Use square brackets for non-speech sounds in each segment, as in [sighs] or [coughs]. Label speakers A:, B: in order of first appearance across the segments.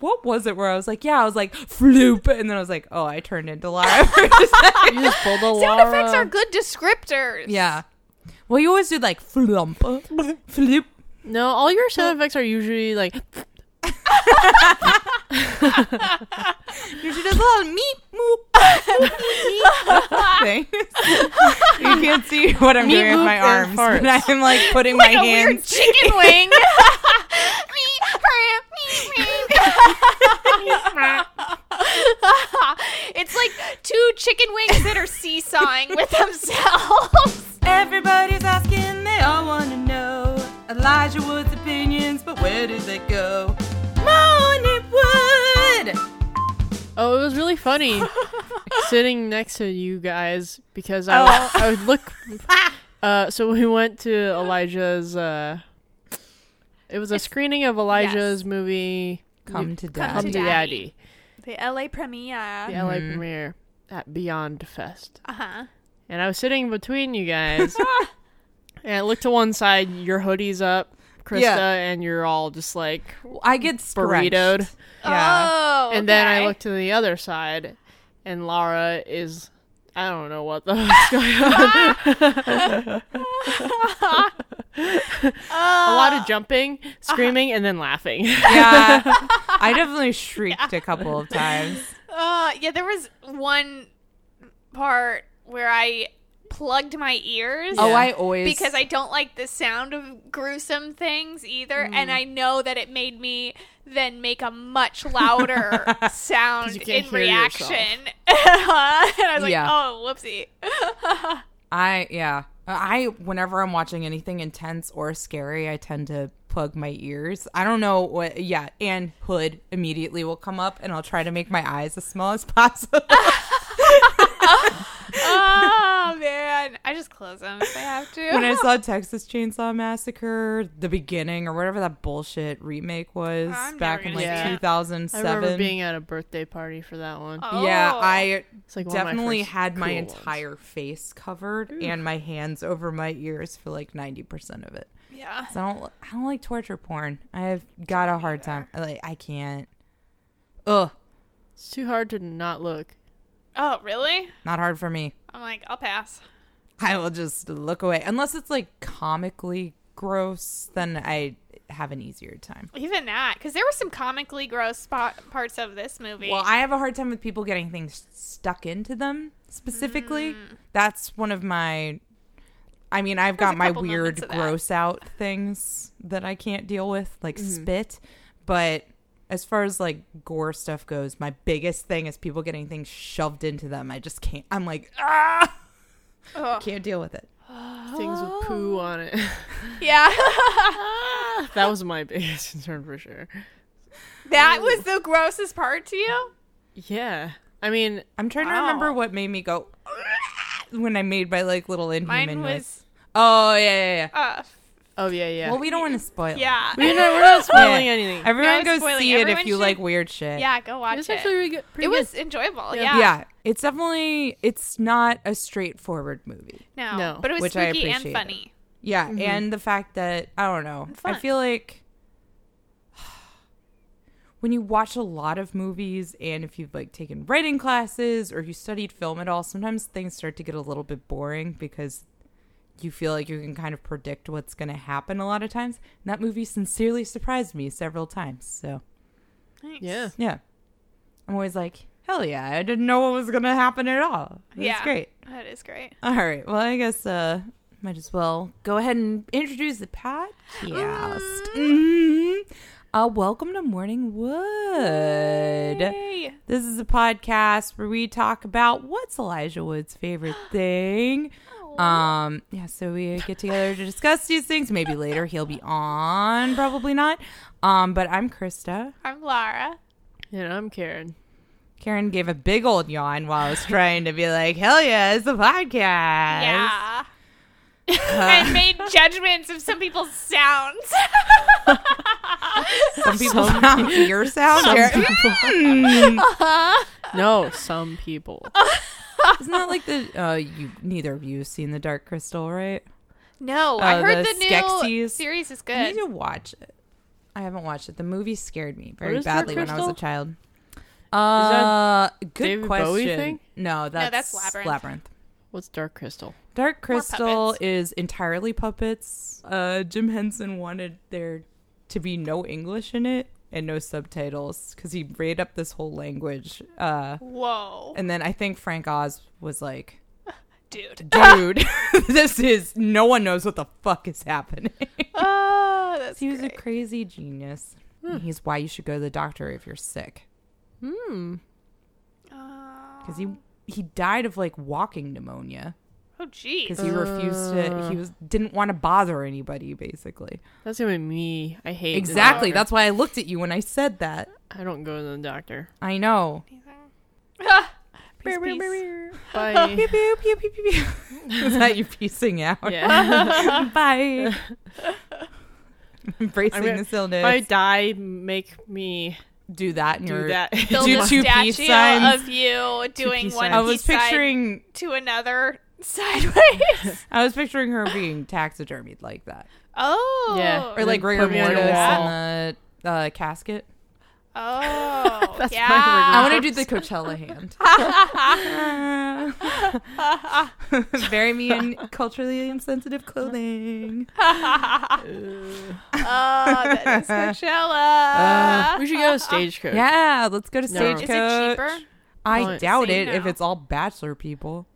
A: what was it where I was like, yeah, I was like, floop. And then I was like, oh, I turned into Lara. for a [laughs] second.
B: You just pulled [laughs] a
C: Sound
B: Laura.
C: effects are good descriptors. [laughs]
A: yeah. Well, you always do like flump, [laughs] floop.
B: No, all your sound effects are usually like
A: She does a little meep, moop, moop, [laughs] meep, meep thing. you can't see what I'm
B: Meep,
A: doing with my
B: moop,
A: arms,
B: and farts.
A: but I'm like putting
C: Like
A: my
C: a
A: hands. [laughs]
C: weird chicken wing. Me, me, me. it's like two chicken wings that are seesawing with themselves.
A: Everybody's asking, they all want to know Elijah Wood's opinions, but where did they go? Monet Wood!
B: [laughs] Oh, it was really funny sitting next to you guys because I, would- I would look. Uh, so we went to Elijah's. Uh, it was a screening of Elijah's movie
A: Come to
C: Come
A: dad.
C: to
B: Come to
C: Daddy.
B: Daddy,
C: [laughs] The LA premiere.
B: the LA premiere at Beyond Fest,
C: Uh huh.
B: and I was sitting between you guys, and I looked to one side. Your hoodie's up, Krista,
A: Yeah.
B: and you're all just like
A: I get scrunched.
B: burritoed.
A: Yeah.
C: Oh.
B: And then I
C: okay.
B: look to the other side, and Lara is. I don't know what the [laughs] fuck's going on.
A: [laughs]
B: a lot of jumping, screaming, and then laughing. [laughs]
C: [laughs]
A: Yeah. I definitely shrieked a couple of times.
C: Uh, yeah, there was one part where I plugged my ears.
A: Oh, I always.
C: because I don't like the sound of gruesome things either, and
B: Mm.
C: I know that it made me then make a much louder
B: [laughs] 'Cause
C: sound
B: you can't
C: in
B: hear yourself.
C: reaction. [laughs] and I was like,
A: Yeah.
C: oh, whoopsie.
A: I yeah. I whenever I'm watching anything intense or scary, I tend to plug my ears. I don't know what yeah, and hood immediately will come up and I'll try to make my eyes as small as [laughs] possible.
B: [laughs]
C: oh man, I just close them if I have to.
A: when I saw Texas Chainsaw Massacre, the beginning or whatever that bullshit remake was
C: I'm
A: back
C: never
A: in
C: gonna
A: like
B: see that. I remember
A: 2007.
B: I remember being at a birthday party for that one.
C: Oh.
A: yeah, I
B: It's like one of my
A: definitely
B: first
A: had my
B: cool ones.
A: entire face covered and my hands over my ears for like 90% of it.
C: [laughs] yeah.
A: So I don't I don't like torture porn. I've got a hard time. Like I can't. Ugh,
B: It's too hard to not look.
C: Oh really?
A: not hard for me.
C: I'm like, I'll pass.
A: I will just look away unless it's like comically gross. Then I have an easier time.
C: Even that, because there were some comically gross spot- parts of this movie.
A: Well, I have a hard time with people getting things stuck into them specifically. That's one of my. I mean, I've
C: Hmm. There's
A: got
C: a
A: my
C: couple moments
A: weird
C: of that.
A: gross out things that I can't deal with, like
C: Mm-hmm.
A: spit. But as far as like gore stuff goes, my biggest thing is people getting things shoved into them. I just can't. I'm like, ah,
C: Ugh.
A: can't deal with it.
B: Things with
A: Oh.
B: poo on it. [laughs]
C: yeah, [laughs]
B: that was my [laughs] biggest concern for sure.
C: that was the grossest part to you.
B: Yeah. I mean,
A: I'm trying to remember
C: Wow.
A: what made me go "Ah," when I made my like little inhuman
C: Mine
A: noise.
C: was
A: Oh yeah, yeah, yeah.
C: uh,
B: oh yeah, yeah.
A: Well, we don't want to spoil.
C: yeah.
B: we're not, we're not
A: [laughs]
B: spoiling
A: Yeah.
B: anything.
A: Everyone
C: No
A: go
C: spoiling.
A: see it if
C: Everyone
A: you
C: should-
A: like weird shit.
C: Yeah, go watch
B: It's
C: it.
B: actually really good. pretty
C: it
B: good.
C: was enjoyable.
B: Yeah.
C: Yeah.
A: Yeah, it's definitely it's not a straightforward movie.
C: No,
B: No.
C: But it was
A: Which I
C: spooky and
A: appreciated.
C: funny.
A: Yeah, and the fact that I don't know, I
C: Mm-hmm. fun.
A: feel like [sighs] when you watch a lot of movies and if you've like taken writing classes or you studied film at all, sometimes things start to get a little bit boring because you feel like you can kind of predict what's going to happen a lot of times. And that movie sincerely surprised me several times. So,
C: Nice.
B: Yeah.
A: yeah. I'm always like, hell yeah, I didn't know what was going to happen at all. It's
C: yeah.
A: great.
C: That is great.
A: All right. Well, I guess uh might as well go ahead and introduce the podcast.
C: Ah.
A: Mhm. Uh, welcome to Morning Wood.
C: Yay.
A: This is a podcast where we talk about what's Elijah Wood's
C: [gasps]
A: favorite thing. Um, yeah, so we get together to discuss these things. Maybe later he'll be on, probably not. Um, but I'm Krista.
C: I'm Lara.
B: And I'm Karen.
A: Karen gave a big old yawn while I was trying to be like, "Hell yeah, it's a podcast." [laughs]
C: Yeah. and made judgments of some people's sounds. [laughs]
A: Some people sound your [laughs] sound.
B: Some
A: Karen- Hmm.
B: [laughs] No, some people.
A: It's not like the uh you neither of you have seen the Dark Crystal, right?
C: no, I
A: Oh,
C: heard
A: the
C: the, new
A: Skeksis.
C: series is
B: Uh,
A: You need
C: good.
A: to watch it. I haven't watched it. The movie scared me very
B: is Dark
A: badly when I was a
B: Crystal?
A: child. Uh,
B: that
A: good
B: David
A: question.
B: Bowie thing?
A: No, that's,
C: that's
A: Labyrinth.
C: Labyrinth.
B: What's Dark Crystal?
A: Dark Crystal
C: puppets.
A: is entirely puppets. Uh, Jim Henson wanted there to be no English in it and no subtitles because he made up this whole language. Uh,
C: Whoa,
A: and then I think Frank Oz was like, [laughs]
C: dude.
A: "Dude, this is no one knows what the fuck is happening." [laughs]
C: Oh, that's
A: he was a
C: great.
A: crazy genius. And He's why you should go to the doctor if you're sick
B: Hmm.
A: because he he died of like walking pneumonia
C: oh, geez.
A: because he refused to he was didn't want to bother anybody basically.
B: That's gonna be me. I hate the
A: Exactly.
B: doctor.
A: That's why I looked at you when I said that.
B: I don't go to
A: [laughs]
B: the doctor.
A: I know.
C: Peace, peace.
B: Bye.
A: Pew, pew, pew, pew, pew, pew. [laughs] Is that you piecing out?
B: yeah.
A: [laughs]
B: [laughs]
A: Bye. Embracing
B: I'm gonna-
A: this illness.
B: if I die, make me
A: do that and
B: [laughs] do
A: you're.
B: that.
C: Build
A: Do
C: a
A: two
C: statue
A: peace signs.
C: of you doing
B: peace
C: one
B: signs.
A: I
B: on
A: was
C: peace sign
A: picturing.
C: to another [laughs]
A: [laughs]
C: sideways.
A: I was picturing her being taxidermied like that,
C: oh,
B: Yeah.
A: or like
B: Put
A: rigor
B: me on
A: mortis
B: your
A: in
B: wall.
A: the uh, casket.
C: oh,
B: [laughs] That's my Ah.
A: I
C: yeah.
A: want to do the Coachella
B: [laughs]
A: hand. [laughs] Bury me in culturally insensitive clothing.
C: [laughs] oh, that
B: [laughs]
C: is Coachella.
B: Uh, we should go to stagecoach.
A: Yeah, let's go to
B: No.
A: stagecoach.
C: is it cheaper?
B: Well,
A: I
B: it's
A: doubt
C: say
A: it if
C: no.
A: it's all bachelor people.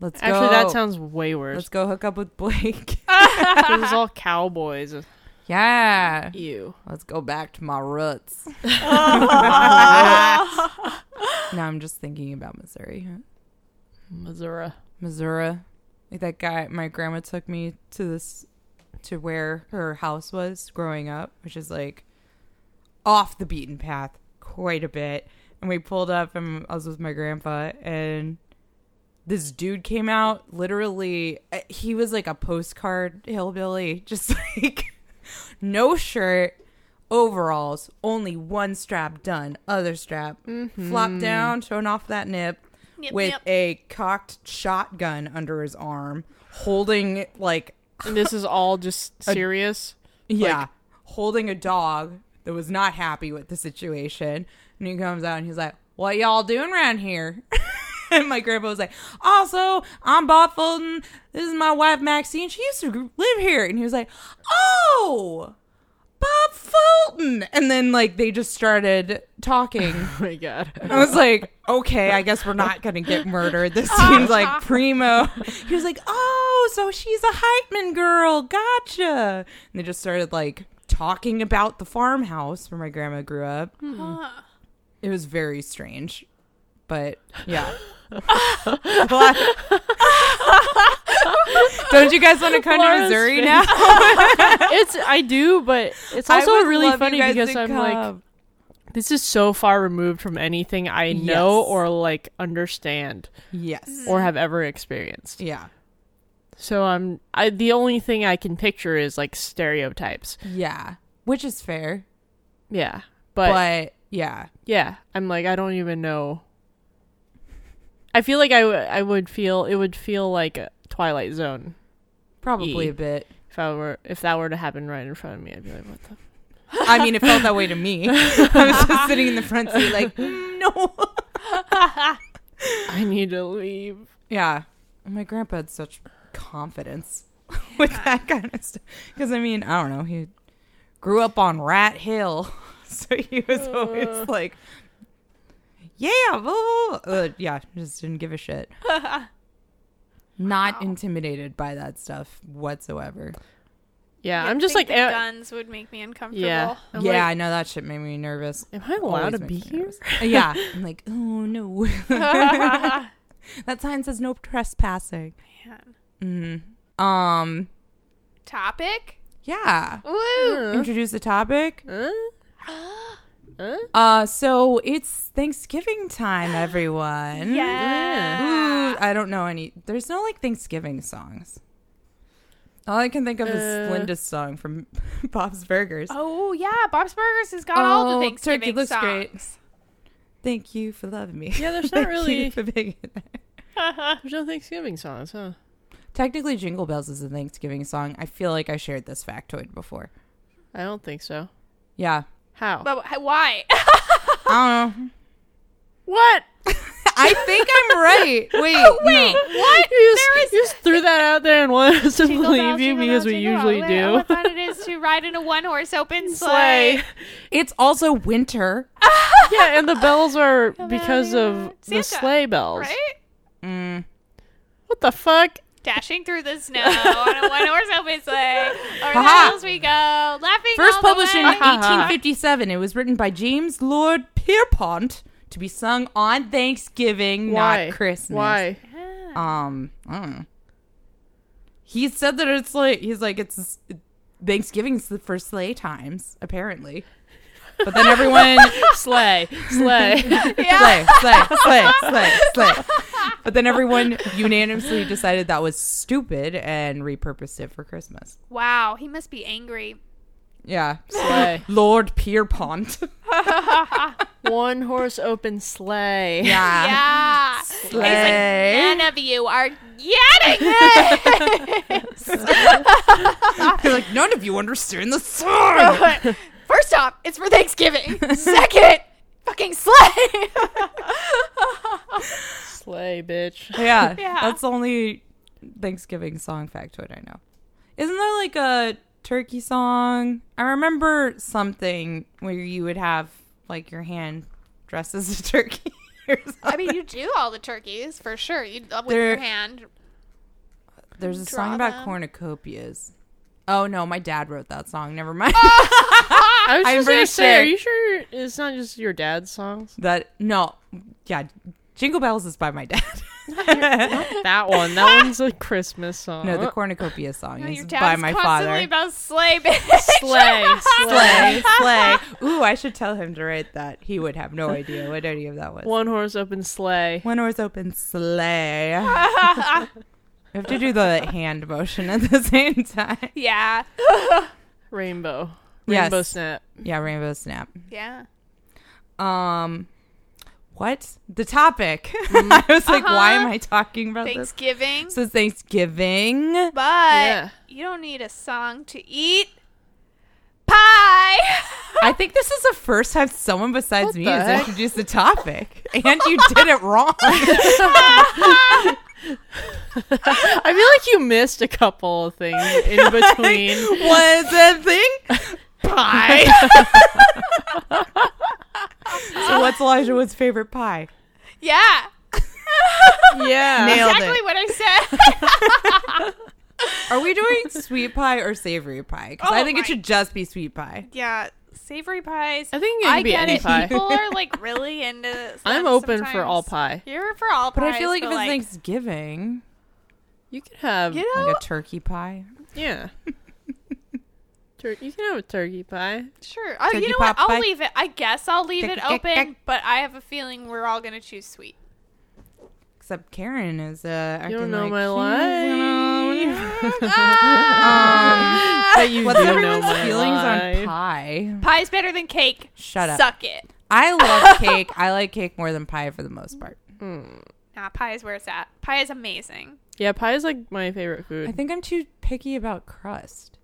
A: Let's go.
B: Actually, that sounds way worse.
A: Let's go hook up with Blake. [laughs]
B: [laughs] 'Cause it's all cowboys.
A: yeah.
B: Ew.
A: Let's go back to my [laughs]
B: [laughs]
A: roots. now I'm just thinking about Missouri.
B: Missouri.
A: Missouri. Like that guy, my grandma took me to this, to where her house was growing up, which is like off the beaten path quite a bit. And we pulled up, and I was with my grandpa, and this dude came out. Literally, uh, he was like a postcard hillbilly, [laughs] just like no shirt, overalls, only one strap done, other strap, flop down, showing off that nip
C: Nip,
A: with
C: nip.
A: a cocked shotgun under his arm, holding like
B: And this is
A: [laughs]
B: all just serious.
A: yeah, holding a dog that was not happy with the situation. And he comes out and he's like, "What y'all doing around here?" [laughs] and my grandpa was like, "Also, I'm Bob Fulton. This is my wife Maxine. She used to live here." And he was like, "Oh." Bob Fulton, and then like they just started talking,
B: Oh my god.
A: I was like, okay, I guess we're not gonna get murdered. This seems [laughs] like primo. He was like, oh, so she's a Heitman girl. Gotcha. And they just started like talking about the farmhouse where my grandma grew up.
C: Huh.
A: It was very strange, but [laughs] yeah. Don't you guys want to come to
B: Laura's
A: Missouri
B: face.
A: now?
B: it's I do, but
A: [laughs]
B: it's
A: I
B: also
A: would
B: really
A: love you
B: funny
A: guys
B: because
A: to
B: I'm like,
A: come.
B: this is so far removed from anything I know
A: Yes.
B: or like understand
A: [laughs] yes,
B: or have ever experienced.
A: yeah,
B: So I'm I the only thing I can picture is like stereotypes.
A: yeah, which is fair,
B: Yeah. But,
A: but yeah,
B: yeah, I'm like I don't even know. I feel like I, w- I would feel it would feel like a Twilight Zone
A: probably
B: Ye-
A: a bit.
B: if I were if that were to happen right in front of me. I'd be like, what the
A: I mean, it felt that way to me. [laughs] I was just sitting in the front seat, like, "Mm, no.
B: I need to leave.
A: Yeah. My grandpa had such confidence [laughs] with that kind of stuff. Because, I mean, I don't know. He grew up on Rat Hill. [laughs] So he was always like, yeah, boo." Uh, yeah, just didn't give a shit. Not intimidated by that stuff whatsoever.
B: Yeah,
C: You'd
B: I'm just like
C: think the
B: eh,
C: guns would make me uncomfortable.
B: yeah. I'm
A: yeah,
B: like,
A: I know that shit made me nervous.
B: Am I allowed
A: Always
B: to be
A: makes me
B: here? [laughs]
A: nervous. yeah. I'm like, oh no. [laughs] that sign says no trespassing.
C: [laughs] Man.
A: Um,
B: [gasps]
C: Topic?
A: yeah.
C: Woo!
B: Uh-huh.
A: Introduce the topic.
B: Huh? Huh?
A: Uh, so it's Thanksgiving
B: [gasps]
A: time, everyone.
C: Yeah.
A: Ooh, I don't know any. There's no like Thanksgiving songs. All I can think of is
B: Uh.
A: Linda's song from [laughs] Bob's Burgers.
C: Oh yeah, Bob's Burgers has got all
A: Oh,
C: the Thanksgiving
A: turkey looks
C: songs.
A: great. Thank you for loving me.
B: Yeah,
A: [laughs]
B: there's not
A: Thank
B: really
A: you for being there.
B: there's no Thanksgiving songs, huh?
A: Technically, Jingle Bells is a Thanksgiving song. I feel like I shared this factoid before.
B: I don't think so.
A: Yeah.
B: How?
C: But wh- why? [laughs]
A: I don't know.
B: what?
A: [laughs] I think I'm right. [laughs] Oh, Wait.
C: Wait,
A: no.
C: what?
B: [laughs] You just,
C: there is
B: you just threw that out there and wanted us to [laughs] believe you because we usually do. [laughs]
C: What fun Oh, it is to ride in a one-horse open sleigh.
B: Sleigh.
A: It's also winter.
B: yeah, and the bells are because of
C: Santa,
B: the sleigh bells.
C: Right?
A: Mm.
B: What the fuck?
C: Dashing through the [laughs] snow on a one-horse open sleigh. Over the
A: Ha-ha.
C: hills we go, laughing
A: First
C: all the
A: published in
C: way.
A: [laughs] 1857. It was written by James Lord Pierpont to be sung on Thanksgiving,
B: Why?
A: not Christmas.
B: Why?
A: Um, I don't know. He said that it's like he's like it's Thanksgiving's the first sleigh times apparently, but then [laughs] everyone
B: sleigh.
A: [laughs] sleigh
B: Sleigh.
A: sleigh sleigh sleigh sleigh. But then everyone unanimously decided that was stupid and repurposed it for Christmas.
C: Wow, he must be angry.
A: Yeah,
B: sleigh.
A: Lord Pierpont.
B: [laughs] One horse open sleigh.
A: [laughs] yeah.
C: Yeah. He's like,
A: Sleigh.
C: none of you are getting [laughs] this.
A: You're like none of you understand the song.
C: First off, it's for [laughs] Thanksgiving. Second, fucking sleigh.
B: Sleigh,
A: [laughs]
B: bitch.
A: yeah,
C: [laughs] Yeah.
A: that's the only Thanksgiving song factoid I know. Isn't there like a turkey song? I remember something where you would have like your hand dressed as a turkey. [laughs] or
C: I mean,
A: something.
C: you do all the turkeys for sure. You uh, with
A: They're-
C: your hand.
A: there's a
C: draw
A: song about
C: them.
A: cornucopias. Oh no, my dad wrote that song. Never mind.
C: Ah!
B: I was
A: I'm
B: just
A: pretty
B: gonna say,
A: sure-
B: are you sure it's not just your dad's songs?
A: [laughs] that no, yeah, Jingle Bells is by my
C: [laughs]
A: dad. [laughs]
B: That one. That one's a Christmas song.
A: no, the cornucopia song
C: No,
A: is
C: your dad's
A: by my
C: constantly
A: father.
C: about sleigh, bitch. [laughs]
B: sleigh.
A: [laughs]
B: Sleigh.
A: Slay, slay. Ooh, I should tell him to write that. He would have no idea what any of that was.
B: One horse open sleigh.
A: One door's open,
C: [laughs]
A: slay. we have to do the hand motion at the same time.
C: yeah,
B: Rainbow.
A: Yes.
B: Rainbow snap. [laughs]
A: Yeah, rainbow snap.
C: yeah.
A: Um, what the topic? [laughs] I was like, why
C: Uh-huh.
A: am I talking about this?
C: Thanksgiving,
A: So Thanksgiving.
C: but
B: Yeah.
C: you don't need a song to eat pie. [laughs]
A: I think this is the first time someone besides
B: What
A: me
B: the
A: has
B: heck?
A: introduced the topic, and you did it
B: [laughs]
A: wrong.
B: I feel like you missed a couple of things [laughs] in between.
A: was the thing pie. so what's Elijah Wood's favorite pie?
C: [laughs] yeah,
B: yeah.
A: [laughs] Nailed it.
C: exactly what I
A: [laughs]
C: said.
A: Are we doing sweet pie or savory pie? Because I
C: Oh
A: think
C: my-
A: it should just be sweet pie.
C: yeah, savory pies.
B: I think it can
C: I
B: be
C: get
B: any
C: it.
B: pie.
C: People are like
A: [laughs]
C: really into. them
B: I'm open for
C: sometimes.
B: all pie.
C: You're for all
A: But
C: pies,
A: I feel like if it's
C: but,
A: Thanksgiving,
B: You could have
C: you know,
A: like a turkey pie.
B: [laughs] yeah. Tur- you can have a turkey pie.
C: Sure. Oh,
A: Turkey
C: you know what?
A: pot
C: I'll
A: pie.
C: leave it. I guess I'll leave
A: Tick,
C: it
A: tick,
C: open,
A: tick.
C: but I have a feeling we're all gonna
A: [laughs]
C: choose sweet.
A: Except Karen is uh, acting
B: You don't know
A: like
B: my
A: she's-
B: life.
C: Ah,
A: Um,
B: But you
A: what's
B: do know
A: everyone's
B: my
A: feelings on
B: life.
A: pie?
C: Pie's better than cake.
A: Shut up.
C: Suck it.
A: I love cake. I like cake more than pie for the most part.
C: Nah, pie is where it's at. Pie is amazing.
B: Yeah, pie is like my favorite
A: I
B: food.
A: think I'm too picky about crust.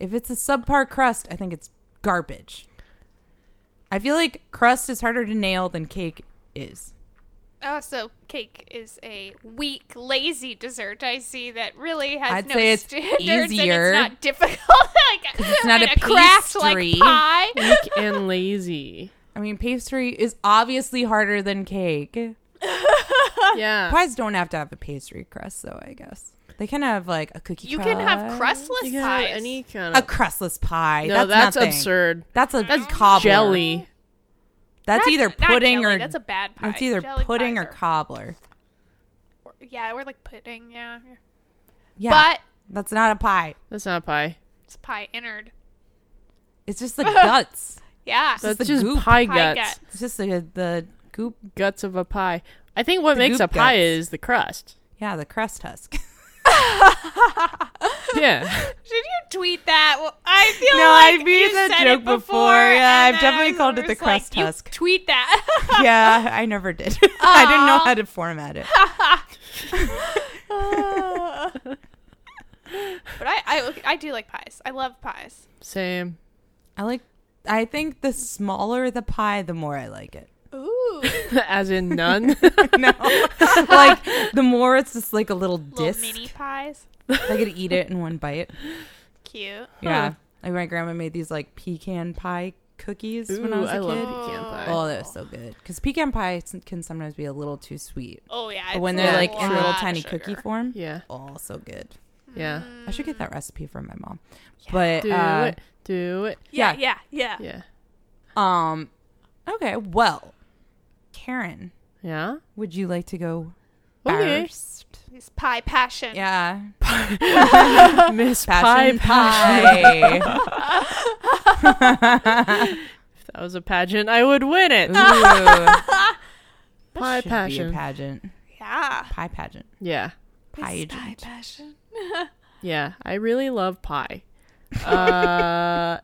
A: If it's a subpar crust, I think it's garbage. I feel like crust is harder to nail than cake is.
C: Oh, so cake is a weak, lazy dessert. I see that really has
A: I'd
C: no
A: say it's
C: standards
A: easier.
C: and it's not difficult. [laughs] like it's
A: not a
C: craft like
A: pastry.
C: pie.
B: Weak and [laughs] lazy.
A: I mean, pastry is obviously harder than cake.
C: Uh,
B: Yeah.
A: Pies don't have to have a pastry crust, though. I guess they can have like a cookie.
C: You can have
A: crust.
B: You
C: crustless
B: can have
C: pies.
B: any kind
A: A
B: of.
A: crustless pie.
B: no, that's,
A: nothing.
B: absurd.
A: That's a that's cobbler.
B: Jelly.
A: That's, either
C: not
A: pudding
C: jelly,
A: or
C: that's a bad pie.
A: it's either
C: Jelly
A: pudding
C: pies
A: or
C: are-
A: cobbler.
C: yeah, we're like pudding. Yeah,
A: Yeah,
C: but
A: that's not a pie.
B: That's not pie.
C: it's pie innard.
A: It's
C: [laughs]
A: just the guts.
C: Yeah,
B: That's
A: the
B: just
A: goop.
B: pie
C: Pie
B: guts.
C: gut.
A: It's just the the goop.
B: Guts of a pie. I think what makes a
A: goop
B: pie
A: guts.
B: is the
A: [laughs]
B: crust.
A: Yeah, the crust husk. [laughs]
B: Yeah.
C: Did you tweet that? Well, I feel
A: No, I
C: like
A: made
C: you
A: that
C: said
A: joke
C: it before.
A: before. Yeah,
C: and
A: I've
C: then I
A: definitely called it
C: was
A: the
C: like,
A: crust
C: you
A: husk.
C: tweet that. [laughs]
A: yeah, I never did. [laughs] I didn't know how to format it.
C: but I, I, I do like pies. I love pies.
B: [laughs] Same. [laughs]
A: I like. I think the smaller the pie, the more I like it.
C: Ooh,
B: As in none.
A: [laughs] no, like the more it's just like a little
C: [laughs] little
A: disc.
C: mini pies.
A: [laughs] I could eat it in one bite.
C: Cute.
A: Yeah, like my grandma made these like pecan pie cookies [laughs] when I was a
B: I
A: kid.
B: love pecan pie.
A: Oh, they're so good. Because pecan pie s- can sometimes be a little too sweet.
C: Oh yeah.
A: But when
C: it's
A: they're
C: a
A: like in little
C: lot of
A: tiny
C: sugar.
A: cookie form,
B: Yeah.
A: oh, so good.
B: Yeah.
A: I should get that recipe from my mom. But
B: Do
A: uh,
B: it. Do it.
C: Yeah,
A: Yeah.
C: yeah, yeah.
B: Yeah.
A: um, okay. Well, Karen,
B: Yeah.
A: would you like to go
B: Okay.
A: first?
C: It's pie passion.
A: Yeah,
B: Miss Pie
A: passion
B: Pie.
A: pie.
B: If that was a pageant, I would win [laughs] it.
A: Ooh,
B: pie
A: should be a
B: passion.
A: pageant.
C: Yeah.
A: Pie pageant.
B: yeah.
A: Pie
C: It's pie
A: agent.
C: passion.
B: Yeah. I really love pie. Uh,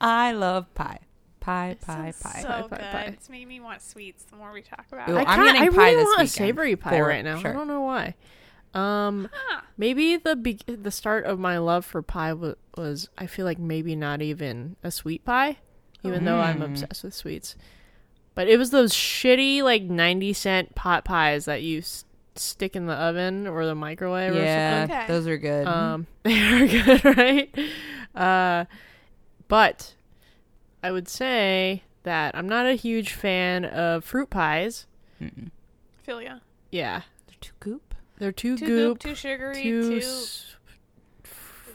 A: I love pie. Pie, pie,
C: Sounds
A: pie.
C: So
B: Pie,
C: good.
B: pie, pie.
C: It's making me want sweets the more we talk about
A: Ooh,
C: it.
B: I,
A: I'm
B: kind
A: getting
B: I
A: pie
B: really
A: this
B: want a
A: weekend,
B: savory pie
A: for
B: right now.
A: sure.
B: I don't know why. Um,
C: Huh.
B: maybe the be- the start of my love for pie wa- was I feel like maybe not even a sweet pie, even though I'm
A: Mm.
B: obsessed with sweets. But it was those shitty like ninety cent pot pies that you s- stick in the oven or the microwave.
A: Yeah,
B: or something.
C: Okay.
A: those are good.
B: Um, [laughs] they are good, [laughs] right? Uh, but I would say that I'm not a huge fan of fruit pies.
A: Mm-mm.
C: Feel ya.
B: Yeah,
A: They're too goop.
B: they're too,
C: Too
B: goop,
C: goop, too sugary,
B: too.
C: too.
B: s-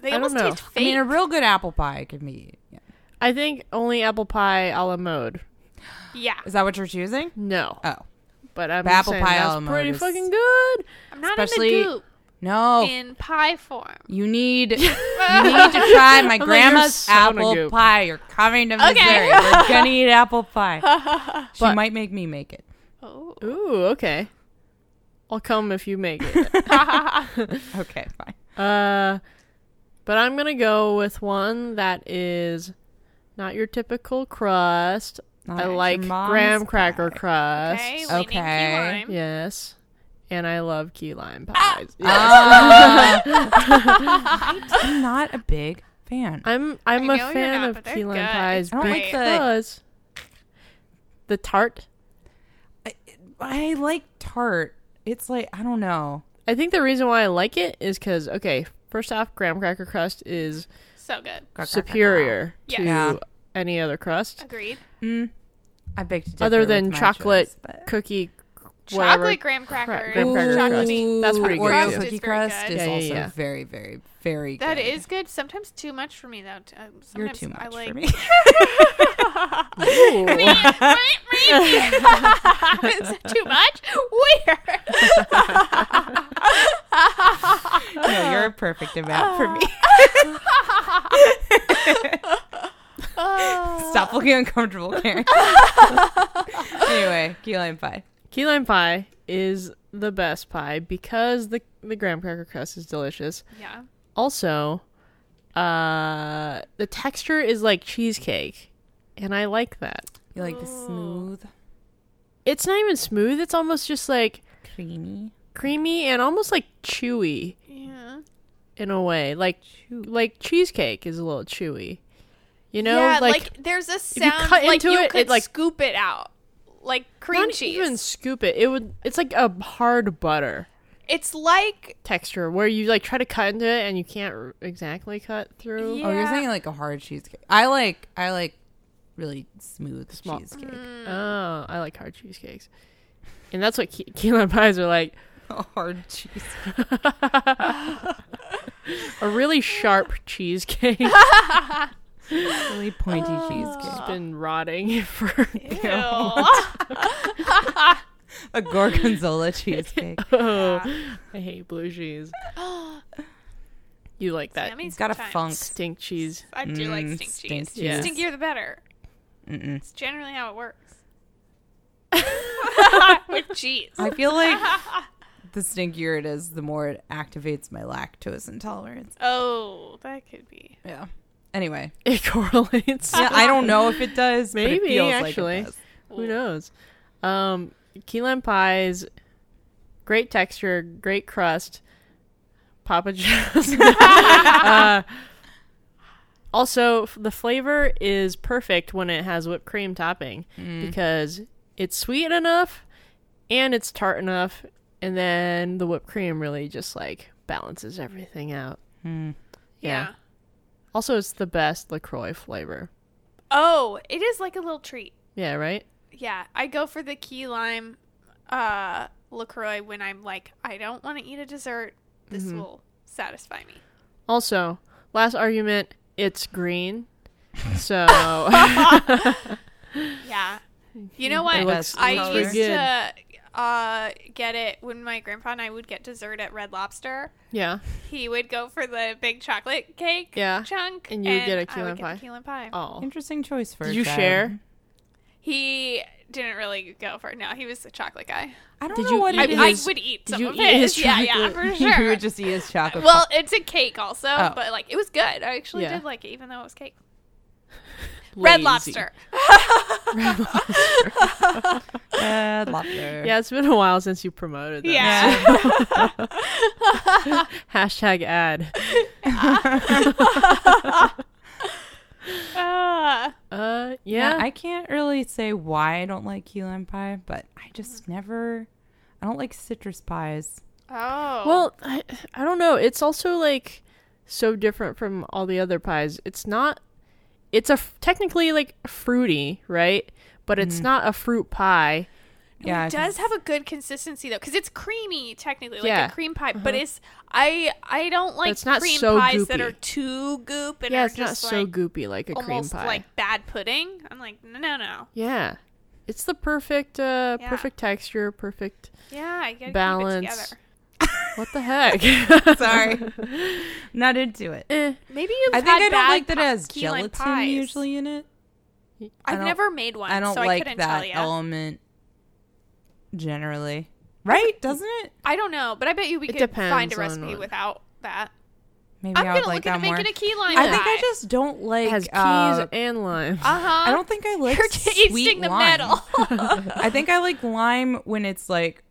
C: they
B: I don't
C: almost
B: know.
C: taste
A: I mean,
C: fake.
A: a real good apple pie could be. Yeah.
B: I think only apple pie a la mode.
C: yeah.
A: Is that what you're choosing?
B: No,
A: Oh,
B: but I'm
A: But apple
B: saying
A: pie a
B: that's
A: la mode
B: pretty
A: is-
B: fucking good.
C: I'm not
A: especially- oh.
C: in the goop.
A: no.
C: In pie form.
A: you need you need to try my
B: you're
A: grandma's
B: so on a
A: apple
B: goop.
A: pie. You're coming to
C: Okay.
A: Missouri. We're gonna eat apple pie. she
B: But-
A: might make me make it.
C: Oh.
B: Ooh, okay. I'll come if you
A: [laughs]
B: make it.
A: Okay, fine.
B: uh, but I'm gonna go with one that is not your typical crust.
A: Not
B: I
A: your
B: like
A: mom's
B: graham cracker
A: pie. Oh.
B: crust.
C: Okay.
A: Okay.
C: leaning key lime.
B: Yes. And I love key lime pies. Yes.
A: Ah. I'm not a big fan.
B: I'm I'm
C: I
B: a
C: know you're
B: fan
C: not,
B: of
C: but they're
B: key lime
C: good.
B: pies
A: I don't like
C: Great.
A: the.
B: because the tart.
A: I like tart. It's like I don't know.
B: I think the reason why I like it is because okay, first off, graham cracker crust is
C: So good.
B: superior to
A: Yeah.
B: any other crust
C: Agreed.
A: Mm. I beg to differ
B: other
A: with
B: than
A: my
B: chocolate
A: choice, but-
B: cookie. Whatever.
C: Chocolate graham crackers.
B: graham cracker
C: chocolate
B: crust.
C: chip
B: That's pretty good,
A: Oreo
B: too.
A: cookie
C: It's very
A: crust
C: good.
A: is
B: Yeah, yeah,
A: also
B: yeah.
A: very, very, very good.
C: That is good. Sometimes too much for me though. T- uh, Sometimes
A: You're too much
C: I like
A: for me.
C: [laughs]
A: [laughs]
C: Is it too much. Weird. [laughs]
A: no, you're a perfect amount for me. Stop looking uncomfortable, [laughs] Karen. anyway, key lime pie.
B: [laughs] Key lime pie is the best pie because the the graham cracker crust is delicious.
C: Yeah.
B: Also, uh, the texture is like cheesecake, and I like that.
A: You like the smooth,
B: It's not even smooth. It's almost just like
A: creamy,
B: creamy and almost like chewy
C: Yeah.
B: in a way. Like
A: chew.
B: like cheesecake is a little chewy. You know,
C: yeah,
B: like,
C: like, there's a sound
B: cut
C: like
B: into
C: you
B: it,
C: could
B: it, like-
C: scoop it out. Like cream
B: not
C: cheese.
B: even scoop it. It would. It's like a hard butter
C: It's
A: [laughs]
C: like
B: texture where you like try to cut into it and you can't r- exactly cut through.
A: Oh, you're
C: yeah.
A: saying like a hard cheesecake. I like, I like really smooth cheesecake. [laughs]
B: Oh, I like hard cheesecakes, and that's what ke- key lime pies are like. [laughs]
A: hard cheesecake.
B: A really sharp cheesecake
C: [laughs]
A: Really pointy cheesecake.
B: has been rotting [laughs] for.
C: ew. [laughs]
A: A gorgonzola cheesecake.
B: Oh, I hate blue
A: [gasps]
B: cheese. You like that
C: I
A: [laughs]
C: mean,
A: It's got a
C: sometimes.
A: funk.
B: stink cheese? [laughs]
C: I do like
A: Mm,
C: stink,
A: stink
C: cheese.
B: cheese.
C: Stinkier the better.
A: Mm-mm.
C: It's generally how it works.
A: [laughs]
C: [laughs] With cheese.
A: I feel like [laughs] the stinkier it is, the more it activates my lactose intolerance.
C: Oh, that could be.
A: Yeah.
C: [laughs]
A: Anyway,
B: It correlates.
A: yeah, I don't know if it does. but it
B: Maybe,
A: feels
B: actually.
A: Like it does.
B: Who knows? Um, key lime pies, great texture, great [laughs] crust. Papa John's. uh, Also, f- the flavor is perfect when it has whipped cream topping because it's sweet enough and it's tart enough, and then the whipped cream really just like balances everything out.
C: Yeah.
B: Also, it's the best LaCroix flavor.
C: Oh, it is like a little treat.
B: Yeah, right?
C: Yeah, I go for the key lime uh LaCroix when I'm like, I don't want to eat a dessert. This
B: Mm-hmm.
C: will satisfy me.
B: Also, last argument, it's green. So [laughs]
C: Yeah. You know what?
A: looks-
C: I
A: looks
C: used
B: pretty
C: to uh get it when my grandpa and I would get dessert at Red Lobster.
B: Yeah.
C: He would go for the big chocolate cake
B: Yeah.
C: chunk.
B: And you would get a key
C: I
B: lime
C: would get
B: pie.
C: the key lime pie.
B: Oh.
A: Interesting choice for
B: Did
A: a
B: you
A: child.
B: share?
C: He didn't really go for it. No, he was the chocolate guy.
A: I don't
B: Did
A: know
B: you
A: what
B: eat
C: I,
A: it
B: Did
C: I
A: is.
C: would eat
B: did
C: some
B: you
C: of
B: eat
A: [laughs]
C: his.
B: his
C: Yeah,
B: [laughs]
C: yeah, for
B: chocolate?
A: you
C: sure.
A: would just eat his chocolate.
C: Well, it's a cake also,
A: Oh.
C: but like it was good. I actually
B: Yeah.
C: did like it, even though it was cake.
B: Lazy.
C: Red Lobster.
A: uh,
C: [laughs]
A: lobster.
B: Yeah, it's been a while since you promoted that.
C: Yeah.
B: Hashtag
C: [laughs]
B: ad.
C: Uh,
B: Uh
A: Yeah,
B: yeah.
A: I can't really say why I don't like key lime pie, but I just never. I don't like citrus pies.
C: oh.
B: well, I, I don't know. It's also like so different from all the other pies. It's not it's a f- technically like fruity, right? But
C: Mm-hmm.
B: it's not a fruit pie.
A: yeah,
C: it
A: [laughs]
C: does have a good consistency though, because it's creamy technically, like
B: Yeah.
C: a cream pie. But it's I I don't like
B: it's not
C: cream
B: so
C: pies that
B: goopy.
C: are too goop and
B: Yeah,
C: are
B: it's not
C: just
B: so
C: like
B: goopy like a cream
C: almost
B: pie.
C: like bad pudding. I'm like no no no.
B: yeah. It's the perfect uh
C: Yeah.
B: perfect texture, perfect
C: Yeah, I gotta keep it
B: balance.
C: together.
B: What the heck?
A: [laughs] Sorry, [laughs] not into it.
B: Eh,
C: Maybe you've
A: I think
C: had
A: I don't
C: bad
A: like that it
C: pi-
A: has
C: key lime
A: gelatin
C: pies.
A: usually in it. I
C: I've
A: don't-
C: never made one,
A: I don't
C: so I
A: like
C: couldn't tell
A: that
C: you.
A: element generally.
C: Mm.
A: Right? Doesn't it?
C: I don't know, but I bet you we
B: It
C: could find
B: depends
C: a
B: on
C: recipe
B: what-
C: without that.
A: Maybe
C: I'm
A: I
C: gonna
A: would like
C: look into
A: that more.
C: making a key lime
A: I
C: pie.
A: think I just don't like.
B: [laughs] it has keys
A: uh,
B: and lime.
C: Uh huh.
A: I don't think
C: [laughs]
A: I like
C: You're
A: sweet
C: tasting the
A: lime. [laughs]
C: metal. [laughs]
A: I think I like lime when it's like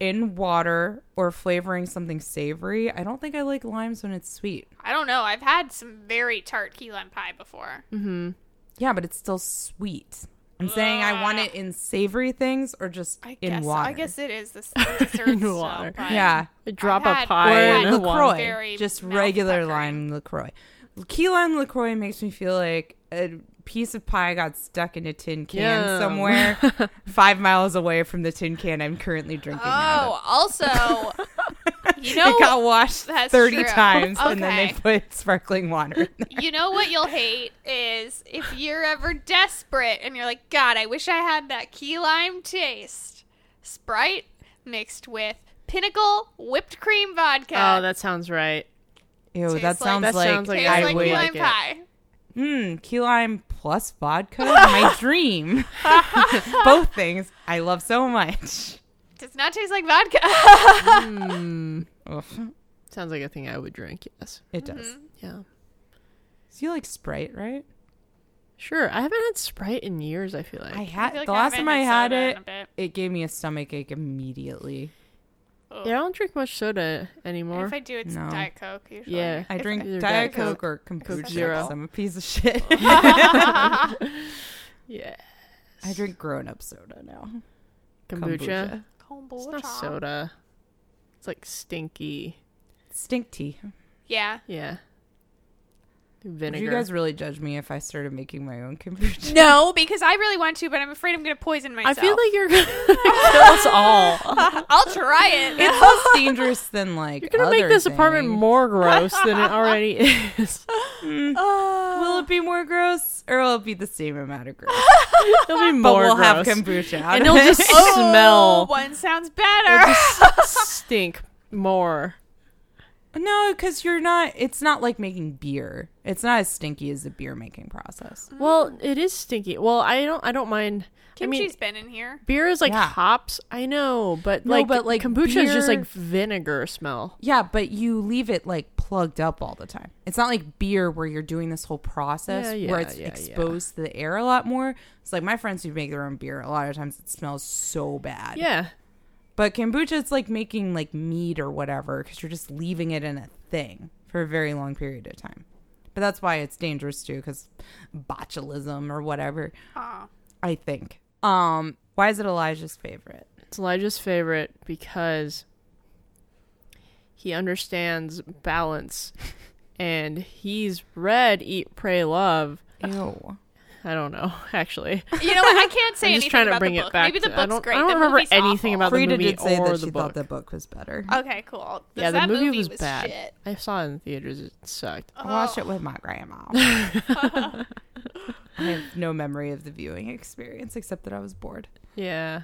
A: in water or flavoring something savory. I don't think I like limes when it's sweet.
C: I don't know. I've had some very tart key lime pie before.
A: Mm, Yeah, but it's still sweet. I'm saying I want it in savory things or just
C: I
A: in
C: guess.
A: water.
C: I guess
A: [laughs]
C: it is this dessert
B: In
C: style
B: water.
C: pie.
A: Yeah.
B: I drop
C: I've
B: a
C: had-
B: pie in
C: Or
A: Or
B: Oh, a
A: LaCroix.
B: wine.
C: Very
A: just
C: mouth
A: regular
C: puckering.
A: lime LaCroix. Key lime LaCroix makes me feel like a piece of pie got stuck in a tin can
B: Yum.
A: somewhere
B: [laughs]
A: five miles away from the tin can I'm currently drinking. out of.
C: Oh, also,
A: [laughs]
C: Oh, you know,
A: it got washed
C: that's
A: 30
C: true.
A: times and then they
C: Okay.
A: put sparkling water in there.
C: you know what you'll hate is if you're ever desperate and you're like, God, I wish I had that key lime taste. Sprite mixed with Pinnacle whipped cream vodka.
B: Oh, that sounds right.
A: Ew,
C: Tastes
A: that
C: like-
A: sounds
B: That
A: like,
B: sounds like
C: Tastes
A: I
C: like
A: would.
C: key
B: like
C: lime
B: it.
C: pie.
A: Mm, key lime plus
C: [laughs]
A: vodka, my dream. [laughs] Both things I love so much.
C: Does not taste like
A: [laughs]
C: vodka.
A: Mm. Ugh,
B: Hmm. Sounds like a thing I would drink. Yes.
A: it does.
C: Mm-hmm.
B: Yeah.
A: So you like Sprite, right?
B: Sure. I haven't had Sprite in years. I feel like.
A: I
C: I
A: had
C: feel like
A: the
C: I
A: last
C: haven't
A: time I had
C: had soda in
A: it,
C: a bit.
A: it gave me a stomach ache immediately.
B: yeah, I don't drink much soda
C: And
B: anymore.
C: if I do, it's
A: No.
C: Diet Coke usually.
B: yeah.
A: I
B: I,
A: drink
B: either
A: Diet
B: Diet
A: Coke or kombucha.
B: Coke Zero.
A: 'cause I'm a piece of shit.
B: yeah.
A: I drink grown-up soda now.
B: Kombucha.
A: Kombucha.
B: It's not
C: Kombucha.
B: soda. It's like stinky.
A: Stink tea.
C: Yeah.
B: Yeah.
A: Would
B: Vinegar.
A: you guys really judge me if I started making my own
C: [laughs]
A: kombucha?
C: No, because I really want to, but I'm afraid I'm going to poison
B: I
C: myself.
B: feel like
A: [laughs]
B: you're gonna kill us all.
C: I'll try
B: [laughs]
C: it.
A: It's less dangerous than like
B: You're gonna make
A: other
B: this apartment
A: things.
B: more gross than it already is.
A: Will it be more gross or will it be the same amount of gross?
B: It'll
A: but
B: be more
A: we'll have
B: gross.
A: [laughs] kombucha. out
B: and
A: of
B: it'll just
A: it.
C: [laughs] Oh,
B: smell.
C: One sounds better.
B: stink more.
A: no, because you're not. It's not like making beer. It's not as stinky as the beer making process.
B: Well, it is stinky. Well, I don't. I don't mind. I
C: Kimchi's
B: mean,
C: been
B: [laughs]
C: in here.
B: beer is like
A: Yeah.
B: hops. I know, but
A: No,
B: like,
A: but, like,
B: kombucha is just
A: beer-
B: like vinegar smell.
A: Yeah, but you leave it like plugged up all the time. It's not like beer where you're doing this whole process
B: Yeah,
A: where
B: yeah,
A: it's
B: yeah, yeah.
A: exposed to the air a lot more. It's like my friends who make their own beer. A lot of times it smells so bad.
B: Yeah,
A: But kombucha, it's like making like meat or whatever because you're just leaving it in a thing for a very long period of time. But that's why it's dangerous too, because botulism or whatever.
C: Aw.
A: I think. Um, why is it Elijah's favorite?
B: It's Elijah's favorite because he understands balance and he's read Eat, Pray, Love.
A: Ew.
B: I don't know, [laughs] actually.
C: You know what? I can't say
B: I'm
C: anything
B: just trying to
C: about
B: bring
C: the
B: it
C: book.
B: back.
C: Maybe
B: to-
C: the book's
B: I don't,
C: great.
B: I don't
C: the
B: remember
C: movie's
B: anything
C: awful.
B: about the
A: Frida
B: movie
A: did say
B: or
A: that
B: the
A: she
B: book.
A: thought the book was better.
C: Okay, cool. 'Cause
B: yeah, the
C: that
B: movie, was, bad.
C: Shit. Oh,
B: I saw it in theaters. It sucked.
A: I watched it with my
B: [laughs]
A: grandma. I have no memory of the viewing experience except that I was bored.
B: Yeah,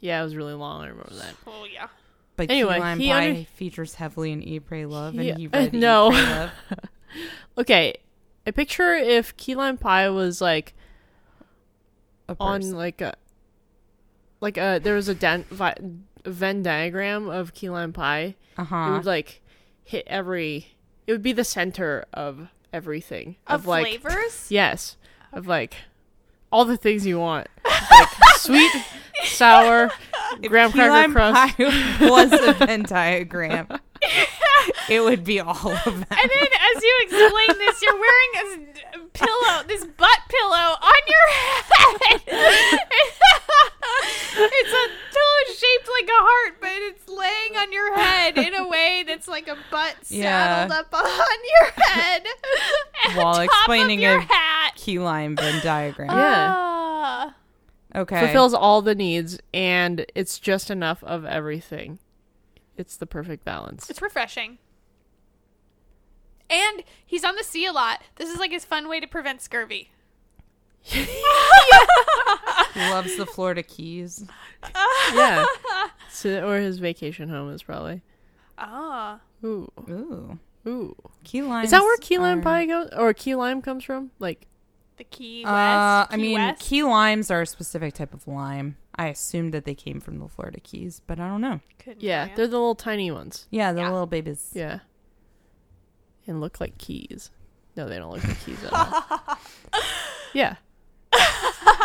B: yeah, it was really long. I remember that.
C: Oh yeah.
A: But
B: Anyway,
A: Key Lime
B: he
A: Pie
B: under-
A: features heavily in E Pray Love,
B: He-
A: and he
B: [laughs]
A: read
B: no.
A: E Pray Love.
B: Okay, I picture if Key Lime Pie was like
A: A
B: [laughs] on
A: person.
B: like a like a there was a den- vi- Venn diagram of Key Lime Pie. It
A: uh-huh.
B: would like hit every. It would be the center of everything
C: Of
B: like
C: flavors?
B: yes of like all the things you [laughs] want like sweet, sour, [laughs] graham
A: Key Lime
B: cracker crust.
A: Pie
B: [laughs]
A: was a Venn diagram. it would be all of that.
C: And then, as you explain this, you're wearing a s- pillow, this butt pillow, on your head. [laughs] it's a pillow shaped like a heart, but it's laying on your head in a way that's like a butt
A: Yeah.
C: saddled up on your
A: [laughs]
C: head. [laughs] and
A: While
C: top
A: explaining
C: of your
A: a-
C: hat.
A: Key Lime Venn diagram.
B: Yeah.
C: Ah.
A: Okay.
B: fulfills all the needs and it's just enough of everything. It's the perfect
A: [laughs]
B: balance.
C: It's refreshing. And he's on the sea a lot. This is like his fun way to prevent scurvy.
A: [laughs]
C: [laughs]
A: He loves the Florida Keys.
B: yeah. So, or his vacation home is probably.
C: Oh.
B: Ooh.
A: Ooh.
B: Ooh.
A: Key Lime.
B: Is that where key lime pie goes or key lime comes from? Like
C: The Key West.
A: Uh, I
C: Key
A: mean,
C: West?
A: key limes are a specific type of lime. I assumed that they came from the Florida Keys, but I don't know.
C: Couldn't
B: yeah,
C: tell ya.
B: they're the little tiny ones.
A: Yeah, the
C: Yeah.
A: little babies.
B: Yeah. And look like keys. No, they don't look like keys at all.
A: [laughs]
B: yeah.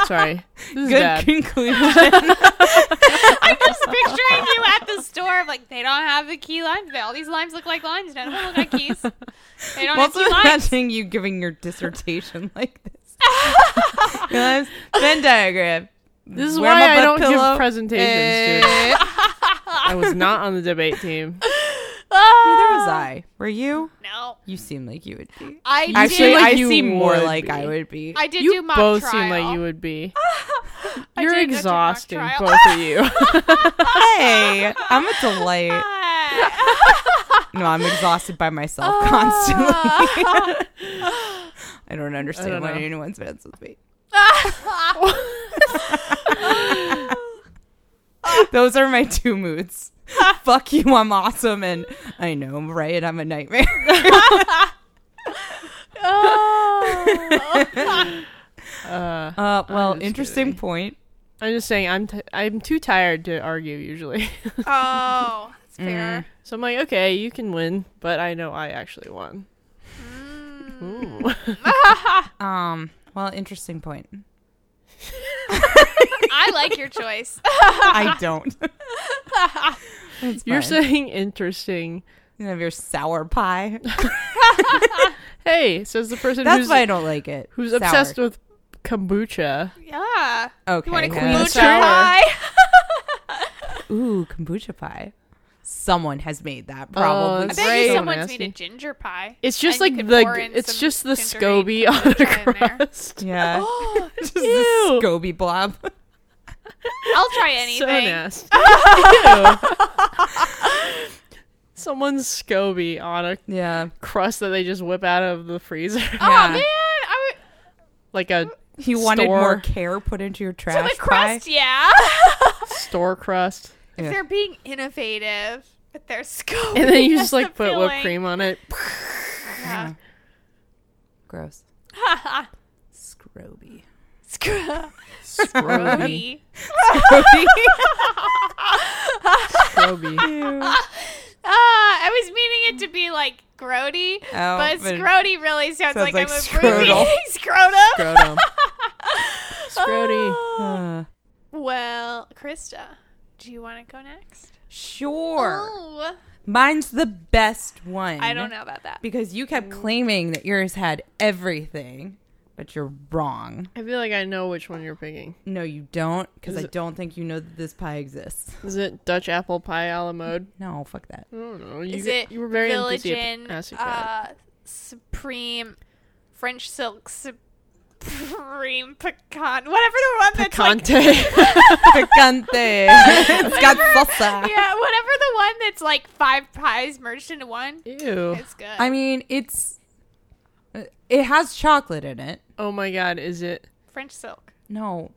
B: Sorry. This is [laughs]
A: Good [laughs]
B: bad.
A: conclusion.
C: [laughs] just picturing you at
B: [laughs]
C: the store. I'm like, they don't have the key limes. They, all these limes look like limes. None of them look like
B: [laughs]
C: keys. They don't
A: I'm also
C: have key limes.
A: imagining you giving your dissertation [laughs] like this. Key limes, Venn diagram.
B: This is
A: Wear
B: why
A: my
B: I
A: butt
B: don't
A: pillow.
B: give presentations, dude.
A: Eh,
B: I was not on the debate
A: Neither
B: team.
C: [laughs] Ah.
A: was I. Were you?
C: No.
A: You seem like you would be.
C: I
B: You
C: did.
A: Actually,
B: seem like
A: I
B: you
A: seem more
B: would
A: like
B: be.
A: I would be.
C: I did
B: you
C: do mock
B: both
C: trial.
B: seem like you
C: [laughs]
B: would be.
C: I
B: You're
C: did go do mock
B: exhausting,
C: trial.
B: both of
C: [laughs]
B: you.
A: [laughs]
B: [laughs]
A: Hey, I'm a delight.
C: Ah.
A: No, I'm exhausted by myself constantly. [laughs] I don't understand
B: don't
A: why
B: know.
A: anyone's friends with me.
B: [laughs]
A: Those are my two moods. Fuck you, I'm awesome, and I know, right? I'm a nightmare.
B: Uh,
A: Uh, well,
B: just
A: interesting
B: kidding.
A: point.
B: I'm just saying, I'm t- I'm too tired to argue usually.
C: [laughs]
B: [laughs]
C: oh, that's fair.
B: so I'm like, okay, you can win, but I know I actually won. Mm.
C: Mm. Hmm,
B: Ooh.
A: Um, well, interesting point.
C: I like your choice. [laughs]
A: I don't. It's
B: [laughs] You're
A: fine.
B: saying interesting.
A: you have your sour pie.
B: Hey, says the person
A: That's
B: who's
A: why I don't like it.
B: who's
A: Sour.
B: obsessed with kombucha.
C: Yeah.
A: Okay,
C: You want a
A: yeah,
B: queen
A: that's
C: kombucha
A: fair.
B: sour.
C: pie?
A: Ooh, kombucha pie. Someone has made that probably.
C: I
B: that's
C: bet
B: Right.
C: you
B: So
C: someone's
B: nasty.
C: made a ginger pie.
B: It's just
C: And you
B: like
C: could pour
B: the
C: in
B: it's
C: some
B: just the
C: ginger
B: scoby
C: ale
B: on the
C: in
B: [laughs]
C: there.
B: crust.
A: yeah.
C: Oh,
A: Just
C: [laughs]
A: [laughs]
B: Ew.
A: this scoby blob.
C: I'll try
B: [laughs] So
C: anything.
B: nasty. Ew. Someone's SCOBY on a
A: [laughs] Yeah.
B: crust that they just whip out of the freezer. [laughs]
C: oh
A: Yeah.
C: man, I would.
B: like a
A: He wanted more
B: Store.
A: care put into your trash.
C: To the crust,
A: pie.
B: [laughs]
C: yeah.
B: store crust.
C: If
A: Yeah.
C: They're being innovative with their scope.
B: And then you just
C: [laughs]
B: like put whipped cream on it.
C: Yeah.
A: Gross. [laughs] Scroby.
C: Scro-
B: Scroby.
C: Scroby.
B: [laughs] Scroby.
C: Ah, I was meaning it to be like grody,
A: Oh,
C: but,
A: but it
C: scrody really sounds,
A: sounds
C: like,
A: like
C: I'm a
A: scrotal.
C: scrotum. [laughs] scrotum.
B: Scrotum. Scrody.
A: Uh,
C: Well, Krista, Do you want to go next?
A: Sure.
C: Ooh,
A: Mine's the best one.
C: I don't know about that.
A: Because you kept claiming that yours had everything, but you're wrong.
B: I feel like I know which one you're picking.
A: No, you don't, because
B: Is
A: I
B: it-
A: don't think you know that this pie exists.
B: Is it Dutch apple pie a la mode?
A: No, fuck
C: [laughs]
A: that.
B: I don't know. You,
C: Is
B: get-
C: it
B: you were very
C: Village Inn,
B: enthusiastic Ah, about
C: uh, Supreme French Silk Supreme Pecan, whatever the one
B: it.
C: that's like,
B: Picante.
C: [laughs]
A: Picante. it's got salsa.
C: yeah, whatever the one that's like five pies merged into one.
B: Ew.
C: It's good.
A: I mean, it's. uh, It has chocolate in it.
B: Oh my god, is it
C: French Silk.
A: No.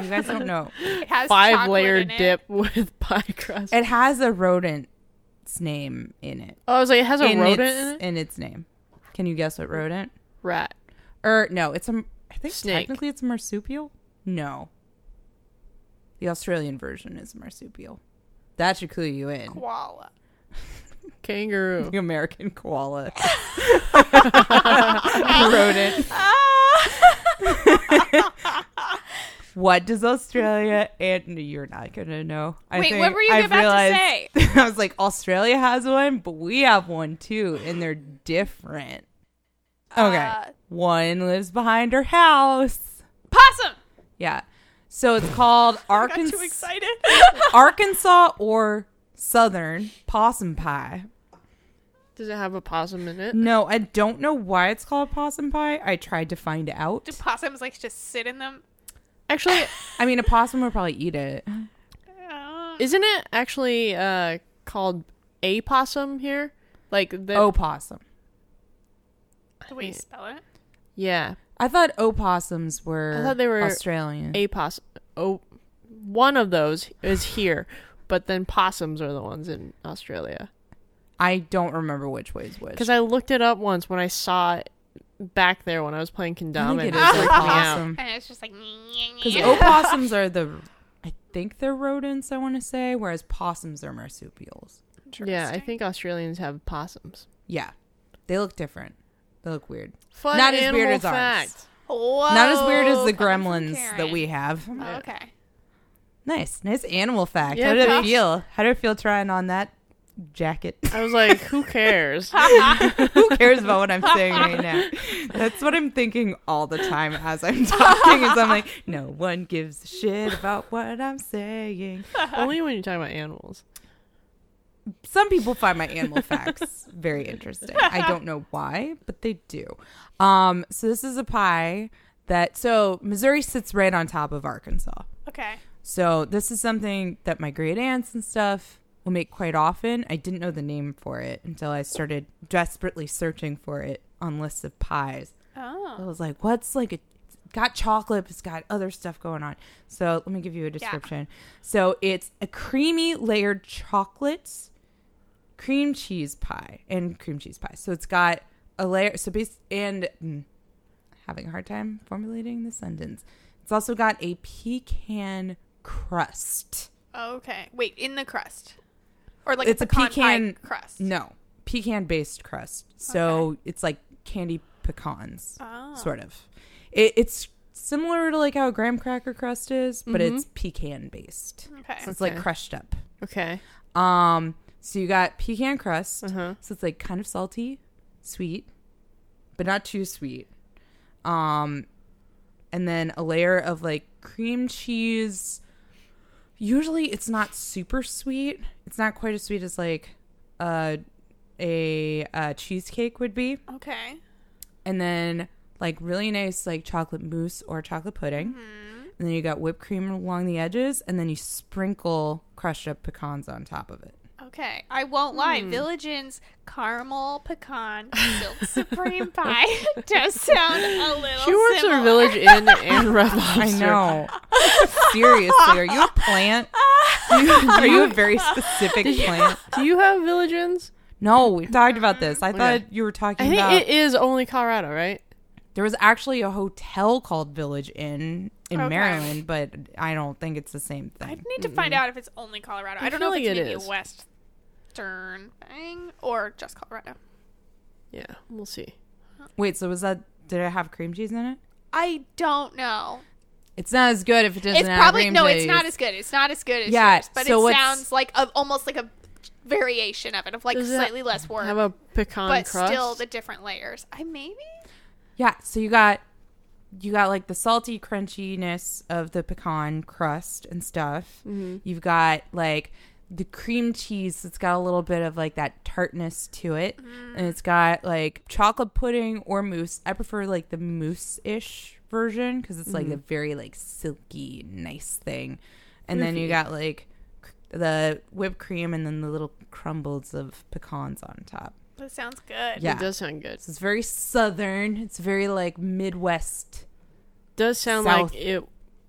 A: You guys don't know.
C: It has
B: five
C: chocolate
B: layer
C: in it.
B: dip [laughs] with pie crust?
A: It has a rodent's name in it.
B: oh, I was like, it has a
A: in
B: rodent
A: its,
B: in it?
A: in its name. Can you guess what rodent?
B: Rat.
A: Or no, it's a. I think
B: Snake.
A: technically it's a marsupial. No. The Australian version is marsupial. That should clue you in.
C: Koala.
B: Kangaroo.
A: The American koala.
B: [laughs]
A: [laughs] rodent.
C: Ah!
A: What does Australia and you're not gonna know? I
C: Wait, what were you about to say?
A: [laughs] I was like, Australia has one, but we have one too, and they're different. Okay,
C: Uh,
A: one lives behind her house.
C: [laughs] Possum.
A: Yeah, so it's called
C: [laughs] I got too
A: Arkansas, [laughs]
C: excited.
A: Arkansas or Southern possum pie.
B: Does it have a possum in it?
A: No, I don't know why it's called possum pie. I tried to find out.
C: Do possums like just sit in them?
B: [laughs] Actually,
A: I mean, a possum would probably eat
C: [laughs]
A: it.
C: Um,
B: isn't it actually uh, called a possum here? Like the
A: Oh. Opossum.
C: the way you spell it.
B: yeah,
A: I thought opossums were.
B: I thought they were
A: Australian.
B: a possum. Oh, one of those is here, but then possums are the ones in Australia.
A: I don't remember which way's which.
B: Because I looked it up once when I saw it back there when I was playing
A: I
B: Kendama.
A: think it
B: and
A: is
B: it freaked me out. [laughs]
A: opossum.
C: And it's just like. [laughs]
A: Because opossums are the, I think they're rodents. I want to say, whereas possums are marsupials.
B: Yeah, I
C: Interesting.
B: think Australians have possums.
A: Yeah, they look different. They look weird.
B: Fun
A: Not as weird
B: animal
A: as ours.
B: fact.
A: Not as weird as
B: Oh,
C: Whoa,
A: the
C: coming from
A: gremlins that
C: Karen.
A: we have.
C: Oh, okay.
A: Nice, nice animal fact.
B: Yeah,
A: How did it
B: props.
A: feel? How did it feel trying on that jacket? [laughs]
B: I was like, who cares?
A: Who cares about what I'm saying right
B: [laughs]
A: now? That's what I'm thinking all the time as I'm talking. Is I'm like, no one gives a shit about what I'm saying.
B: Only when you're talking about animals.
A: some people find my animal facts very interesting. I don't know why, but they do. Um, so this is a pie that so Missouri sits right on top of Arkansas.
C: Okay.
A: So this is something that my great aunts and stuff will make quite often. I didn't know the name for it until I started desperately searching for it on lists of pies. I
C: Oh.
A: was like, what's like a it's got chocolate, but it's got other stuff going on. So let me give you a description. So it's a creamy layered chocolate cream cheese pie and cream cheese pie. So it's got a layer so base and mm, having a hard time formulating the sentence. It's also got a pecan crust.
C: Oh, Okay. Wait, in the crust. Or like
A: It's a
C: pecan
A: pecan-
C: pie crust.
A: No, pecan based crust. So it's like candy pecans.
C: Oh.
A: sort of. It, it's similar to like how a graham cracker crust is, but it's pecan based.
C: Okay.
A: So it's like
B: Mm-hmm. Okay.
A: crushed up.
B: Okay.
A: Um, so you got pecan crust.
B: Uh-huh.
A: So it's like kind of salty, sweet, but not too sweet. Um, and then a layer of like cream cheese. Usually it's not super sweet. It's not quite as sweet as like uh, a uh, cheesecake would be
C: Okay.
A: and then like really nice like chocolate mousse or chocolate pudding.
C: Mm-hmm.
A: And then you got whipped cream along the edges, and then you sprinkle crushed up pecans on top of it.
C: Okay. I won't lie. Village Inn's caramel pecan silk supreme pie [laughs] does sound a little
B: She works
C: similar.
B: at Village Inn and Red Lobster.
A: I know. Seriously, are you a
C: [laughs]
A: plant? are you a very specific plant?
B: Do you have Village Inns?
A: No, we
C: Mm-hmm.
A: talked about
C: Oh,
A: this. I
B: Okay.
A: thought you were
B: I
A: talking
B: think
A: about
B: it is only Colorado, right?
A: there was actually a hotel called Village Inn in
C: Okay.
A: Maryland, but I don't think it's the same
C: I
A: thing.
C: need to find out if it's only Colorado. I, don't know
B: feel
C: if it's
B: like it
C: maybe
B: is.
C: a western thing or just Colorado.
B: Yeah, we'll see.
A: Wait, so was that did it have cream cheese in it?
C: I don't know.
A: It's not as good if it doesn't
C: it's
A: have
C: probably
A: cream
C: no.
A: cheese.
C: It's not as good. It's not as good as
A: Yeah,
C: yours, but
A: so
C: it
A: what's-
C: sounds like a, almost like a variation of it, of like
B: Does it
C: slightly less work,
B: Have a pecan
C: but
B: crust.
C: still the different layers. I maybe
A: Yeah, so you got you got like the salty crunchiness of the pecan crust and stuff. You've got like the cream cheese that's got a little bit of like that tartness to it. And it's got like chocolate pudding or mousse. I prefer like the mousse-ish version because it's like a very like silky nice thing. And then you got like cr- the whipped cream and then the little crumbles of pecans on top.
C: that sounds good.
A: Yeah.
B: It does sound good.
A: So it's very southern. It's very like Midwest.
B: does sound
A: South
B: like it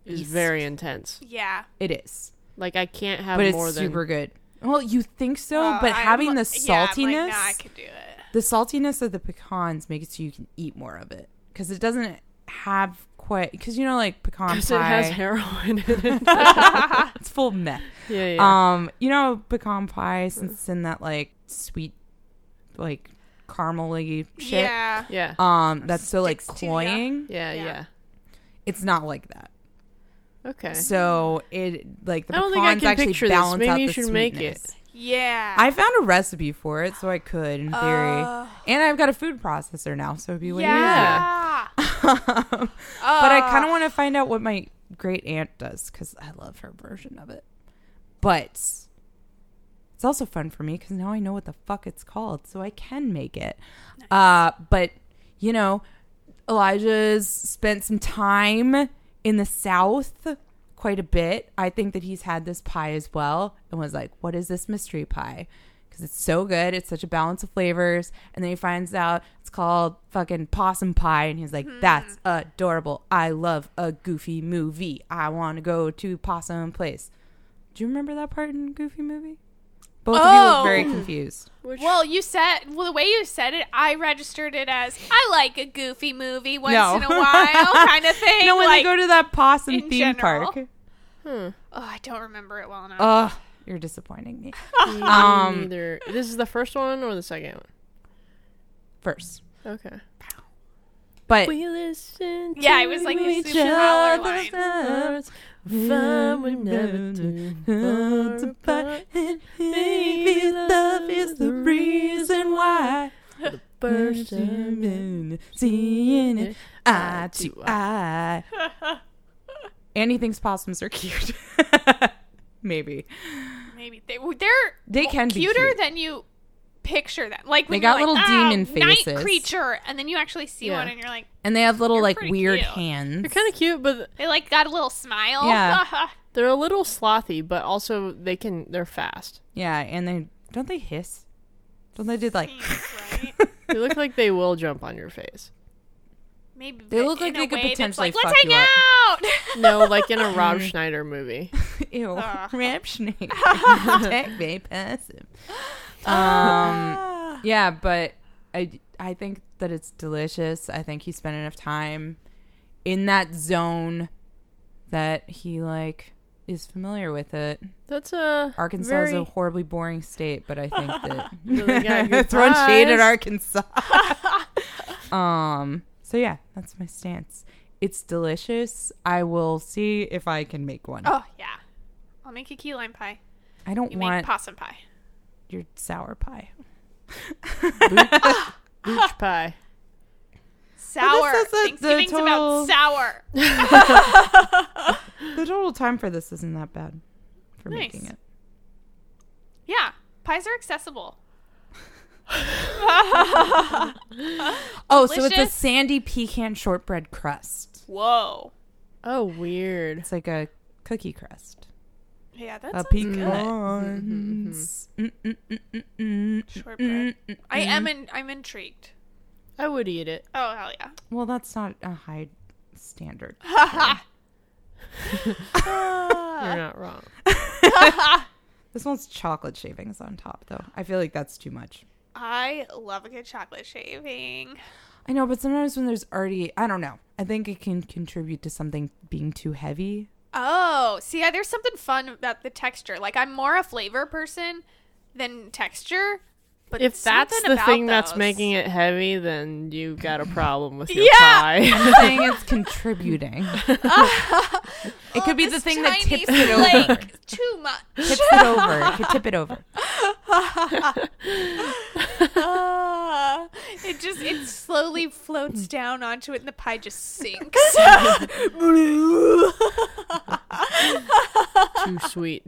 B: is
A: East.
B: very intense.
C: Yeah.
A: It is,
B: Like I can't have
A: but
B: more
A: it's super good. Well, you think so,
C: Uh,
A: but
C: I'm-
A: having the
C: yeah,
A: saltiness,
C: I'm like, nah, I could do it.
A: the saltiness of the pecans makes it so you can eat more of it because it doesn't have quite because you know like pecan
B: than because
A: pie,
B: it has [laughs] heroin in it.
A: it's full of meth.
B: yeah, yeah.
A: Um, you know pecan pie since it's in that like sweet, like caramely shit.
C: Yeah.
B: yeah.
A: Um, that's so like
C: Sticks to ya.
A: cloying.
B: yeah,
C: yeah.
B: yeah,
A: It's not like that.
B: Okay.
A: So it like the
B: Uh-huh. I don't think I
A: pecans
B: can
A: actually
B: picture this.
A: balance
B: Maybe
A: out
B: you
A: the
B: should make it.
A: sweetness.
C: Yeah.
A: I found a recipe for it, so I could
B: Uh,
A: in theory.
C: Oh.
A: and I've got a food processor now, so it'd be way
C: yeah. Uh,
A: easier. [laughs] but I kind of want to find out what my great aunt does because I love her version of it. But it's also fun for me because now I know what the fuck it's called, so I can make it. Uh, but you know, Elijah's spent some time in the South quite a bit. I think that he's had this pie as well and was like, what is this mystery pie? Because it's so good. It's such a balance of flavors. And then he finds out it's called fucking possum pie. And he's like,
C: Hmm.
A: that's adorable. I love a goofy movie. I want to go to possum place. Do you remember that part in Goofy Movie? Both of you
C: Oh.
A: look very confused.
B: Which,
C: Well, you said well the way you said it, I registered it as I like a goofy movie once
A: No.
C: in a
A: [laughs]
C: while kind of thing.
A: No, when
C: like,
A: they go to that possum
C: in
A: theme
C: general.
A: park.
B: huh.
C: oh, I don't remember it well enough.
A: Ugh, you're disappointing me.
B: um, either this is the first one or the second
A: First.
B: one. Okay.
A: But
B: We listen.
C: Yeah, it was like
B: to
C: a
B: each
C: super Mahler
B: other's
C: line.
B: hearts. Fun we
C: Mm-hmm.
B: never do. Far apart.
C: Mm-hmm.
B: Maybe love is the reason
A: why.
B: Burst in
A: Seeing
B: it
A: eye to
C: [laughs]
A: eye. And he thinks possums are [laughs] cute. Maybe.
C: Maybe they well, they're
A: They can be
C: cuter
A: cute.
C: than you picture them. Like when
A: They got
C: you're like,
A: little
C: "Oh,
A: demon
C: night
A: faces."
C: creature, and then you actually see
B: Yeah.
C: one, and you're like,
A: And they have little,
C: They're
A: like,
C: pretty
A: weird
C: cute.
A: hands.
B: They're
C: [laughs]
B: kind of cute, but
C: they like got a little smile. [laughs]
A: Yeah.
B: they're a little slothy. But also, they can. They're fast.
A: Yeah, and they. Don't they hiss? Don't they do, like. [laughs]
C: Right?
B: They look like they will jump on your face.
C: Maybe
A: They
C: but
A: look like
C: in a
A: they could
C: way that's
A: potentially
C: like,
A: fuck
C: Let's
A: you
C: hang out.
A: [laughs]
B: No, like in a
C: [laughs]
B: Rob Schneider movie.
A: Ew, [laughs]
C: Ugh.
A: ramp snake. Protect me, passive. Um, yeah, but I I think that it's delicious. I think he spent enough time in that zone that he like is familiar with it.
B: That's a
A: Arkansas is a
B: very-
A: horribly boring state, but I think that
B: Really
A: [laughs]
B: got good
A: throwing shade at
B: pies.
A: Arkansas. um. So yeah, that's my stance. It's delicious. I will see if I can make one.
C: oh yeah, I'll make a key lime pie.
A: I don't
C: You
A: want
C: make possum pie.
A: your sour pie.
B: peach pie.
C: Sour.
A: says that the
C: Thanksgiving's
A: total-
C: about sour.
A: The total time for this isn't that bad for
C: Nice.
A: making it.
C: Yeah, pies are accessible.
A: Oh, so it's a
C: Delicious.
A: sandy pecan shortbread crust.
C: Whoa.
B: Oh, weird.
A: It's like a cookie crust. Mm-hmm.
C: Yeah,
A: A
C: that's
A: pecan.
C: shortbread. I am. In, I'm intrigued.
B: I would eat it.
C: Oh hell yeah.
A: Well, that's not a high standard.
C: Uh,
B: You're not wrong.
A: This one's chocolate shavings on top, though. I feel like that's too much.
C: I love a good chocolate shaving.
A: I know, but sometimes when there's already, I don't know. I think it can contribute to something being too
C: [laughs]
A: heavy.
C: Oh, see, yeah, there's something fun about the texture. Like I'm more a flavor person than texture. But
B: If that's
C: something
B: the
C: about
B: thing that's
C: those-
B: making it heavy, then you've got a problem with your
C: [laughs] Yeah.
B: pie.
A: saying it's
C: [laughs]
A: contributing. it could be the
C: This
A: thing that
C: Chinese
A: tips it
C: flake,
A: over.
C: Too much. [laughs]
A: tips it over. It could tip it over.
C: Ah, it just it slowly floats down onto it, and the pie
B: [laughs]
C: just sinks. [laughs]
B: Too
C: [laughs]
B: sweet.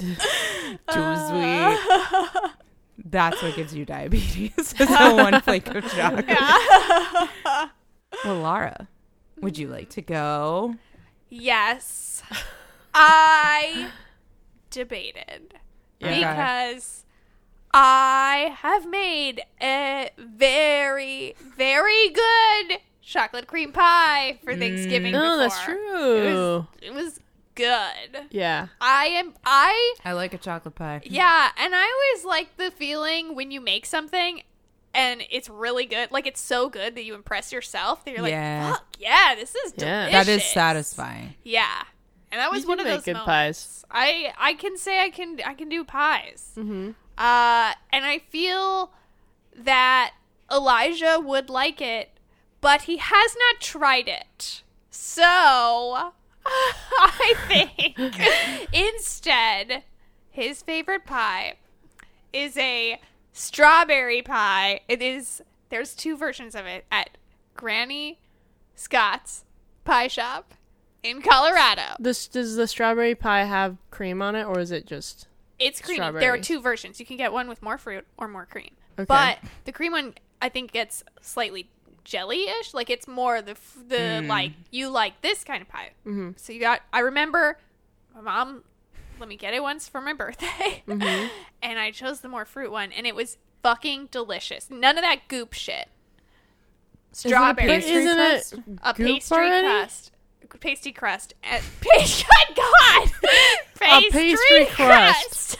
C: Uh,
A: Too sweet. That's what gives you diabetes. [laughs] is the one flake of chocolate. [laughs] Well, Lara, would you like to go?
B: [laughs]
C: yes, I debated
A: Okay.
C: because I have made a very, very good chocolate cream pie for Thanksgiving.
B: No, Mm. Oh, that's
C: before.
B: true.
C: It was good.
B: Yeah.
C: I am. I
A: I like a chocolate pie.
C: Yeah, and I always like the feeling when you make something and it's really good. Like it's so good that you impress yourself that you're
A: Yeah.
C: like, "Fuck yeah, this is
B: Yeah.
C: delicious."
A: That is satisfying.
C: Yeah, and that was
B: You
C: one
B: can
C: of
B: make
C: those
B: good
C: moments.
B: pies.
C: I I can say I can I can do pies.
B: Mm-hmm.
C: Uh, and I feel that Elijah would like it, but he has not tried it. So [laughs] I think instead, his favorite pie is a strawberry pie. It is, there's two versions of it at Granny Scott's Pie Shop in Colorado.
B: This does the strawberry pie have cream on it, or is it just
C: It's creamy. There are
B: Strawberries.
C: two versions. You can get one with more fruit or more cream.
B: Okay.
C: But the cream one, I think, gets slightly jelly-ish. Like it's more the f- the like you like this kind of pie. Mm-hmm. So you got. I remember my mom let me get it once for my birthday, [laughs] and I chose the more fruit one, and it was fucking delicious. None of that goop shit. Strawberry
B: But
A: pastry
B: isn't
A: crust?
B: it
C: a
B: goop
C: pastry
B: already?
C: crust, pasty crust, and [laughs] pastry. God, pastry,
B: pastry crust.
C: crust.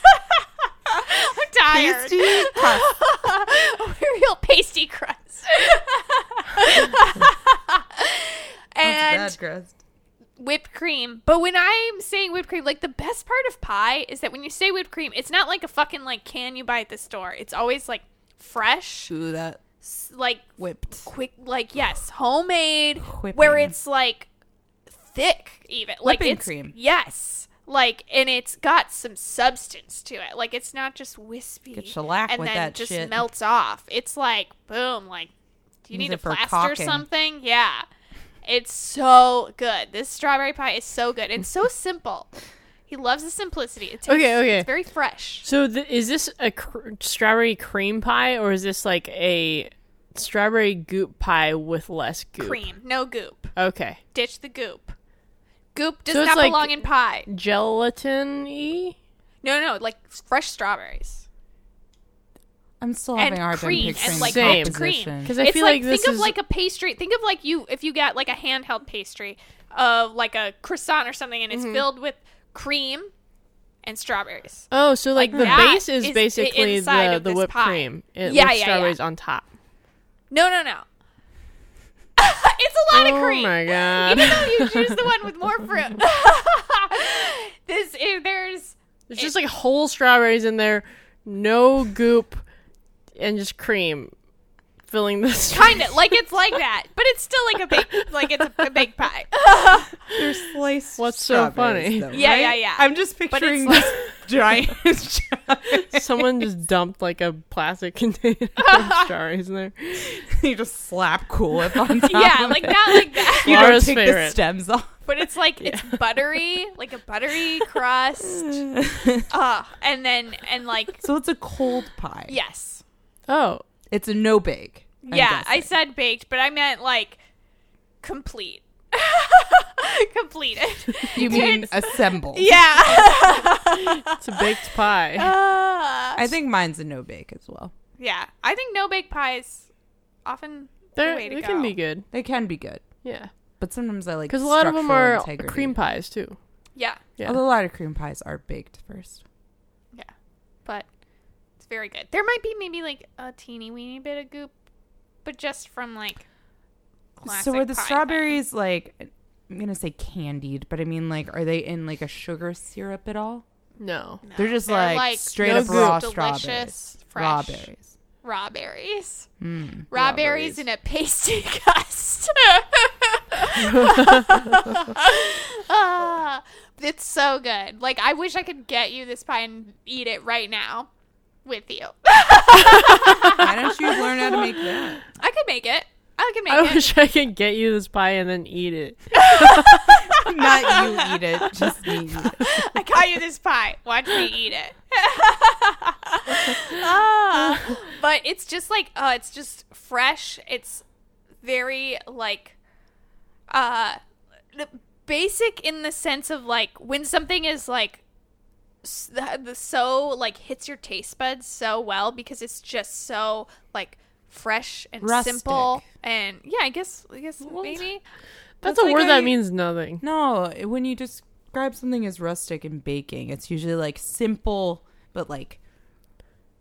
C: [laughs] I'm
B: [laughs]
C: tired. [laughs] a real pasty crust. [laughs] and whipped cream. But when I'm saying whipped cream, like the best part of pie is that when you say whipped cream, it's not like a fucking like can you buy at the store. It's always like fresh,
A: Ooh, that
C: s- like
A: whipped.
C: quick like yes homemade
A: Whipping.
C: where it's like thick even like
A: Whipping
C: it's,
A: cream.
C: yes like and it's got some substance to it like it's not just wispy
A: Get shellac
C: and
A: with
C: then
A: that
C: just
A: shit.
C: melts off it's like boom like do you
A: Use
C: need a
A: it for
C: plaster or
A: caulking.
C: something yeah it's so good this strawberry pie is so good
A: [laughs]
C: and so simple he loves the simplicity it tastes,
B: Okay, okay.
C: it's very fresh
B: So th- is this a cr- strawberry cream pie, or is this like a strawberry goop pie with less goop?
C: cream no goop
B: Okay.
C: ditch the goop goop does
B: So it's
C: not
B: like-
C: belong in pie
B: Gelatin y?
C: No, no, like fresh strawberries.
A: I'm still having a hard time
C: cream, and,
A: picturing
B: like,
A: the
B: whipped
C: cream.
A: composition.
B: Because I
C: it's
B: feel
C: like,
B: like, this
C: think
B: is
C: of like a pastry. Think of like you if you get like a handheld pastry of like a croissant or something, and it's
B: Mm-hmm.
C: filled with cream and strawberries.
B: oh, so like,
C: like
B: the
C: that
B: base is,
C: is the
B: basically
C: inside
B: the,
C: of
B: the
C: this
B: whipped
C: pie.
B: cream it,
C: Yeah,
B: with
C: yeah,
B: strawberries
C: yeah.
B: on top.
C: No, no, [laughs] no. it's a lot of
B: oh
C: cream. [laughs]
B: my god!
C: Even though you choose the one with more fruit. [laughs] this eh, there's
B: There's just like whole strawberries in there, no goop, and just cream filling this.
C: kind of like it's like that, but it's still like a big like it's a, a
B: [laughs]
C: baked pie.
A: They're sliced.
B: What's so
A: strawberries,
B: funny?
A: though,
C: Yeah,
A: right?
C: yeah, yeah.
A: I'm just
C: it's
A: picturing
C: like-
A: this [laughs] giant.
B: [laughs] Someone just dumped like a plastic [laughs]
C: [laughs]
B: container of strawberries in there.
A: you just slap Cool Whip on top.
C: [laughs] yeah,
A: of
C: like
A: it.
C: not like that.
A: You don't
B: Laura's
A: take the
B: favorite.
A: stems off.
C: but it's like it's buttery, like a buttery
A: [laughs]
C: crust. Uh, and then and like
A: So it's a cold pie.
C: yes.
B: Oh,
A: It's a no bake.
C: yeah, I said baked, but I meant like complete. [laughs] Completed.
A: [laughs] You mean assembled?
C: [laughs] Yeah.
B: it's a [laughs] baked pie.
C: Uh,
A: I think mine's a no bake as well.
C: [laughs] yeah. I think no bake pies often the
B: They're,
C: way to
B: they
C: go.
B: can be good.
A: They can be good,
B: Yeah,
A: but sometimes I like
B: because a lot of them
A: structural
B: are
A: integrity.
B: cream pies too.
C: Yeah.
B: Yeah.
A: Although a lot of cream pies are baked first.
C: Yeah. But it's very good. There might be maybe like a teeny weeny bit of goop, but just from like
A: so
C: classic
A: are the
C: pie thing.
A: strawberries like? I'm gonna say candied, but I mean like, are they in like a sugar syrup at all?
B: No.
A: They're just
C: They're,
A: like,
C: like,
A: straight
B: no
A: up raw
C: goop.
A: strawberries.
C: Oh, Delicious,
A: Raw
C: fresh.
A: berries.
C: raw berries.
B: Hmm.
C: raw, berries.
B: berries.
C: in a [laughs] pasty crust. Ah, it's so good. Like I wish I could get you this pie and eat it right now with you.
A: Why don't you learn how to make
C: [laughs]
A: that?
C: I could make it. I could make
B: I
C: it.
B: wish I could get you this pie and then eat [laughs] it.
A: Not you eat it, just me eat it.
C: [laughs] I got you this pie. Watch me eat it. Ah, but it's just like, uh, it's just fresh. It's very like, uh, the- basic in the sense of like when something is like s- the the- so like hits your taste buds so well because it's just so like fresh and
A: Rustic.
C: simple and yeah i guess i guess maybe
B: That's,
A: That's
B: a
A: like
B: word
A: I-
B: that means nothing.
A: No, when you describe something as rustic and baking, it's usually like simple, but like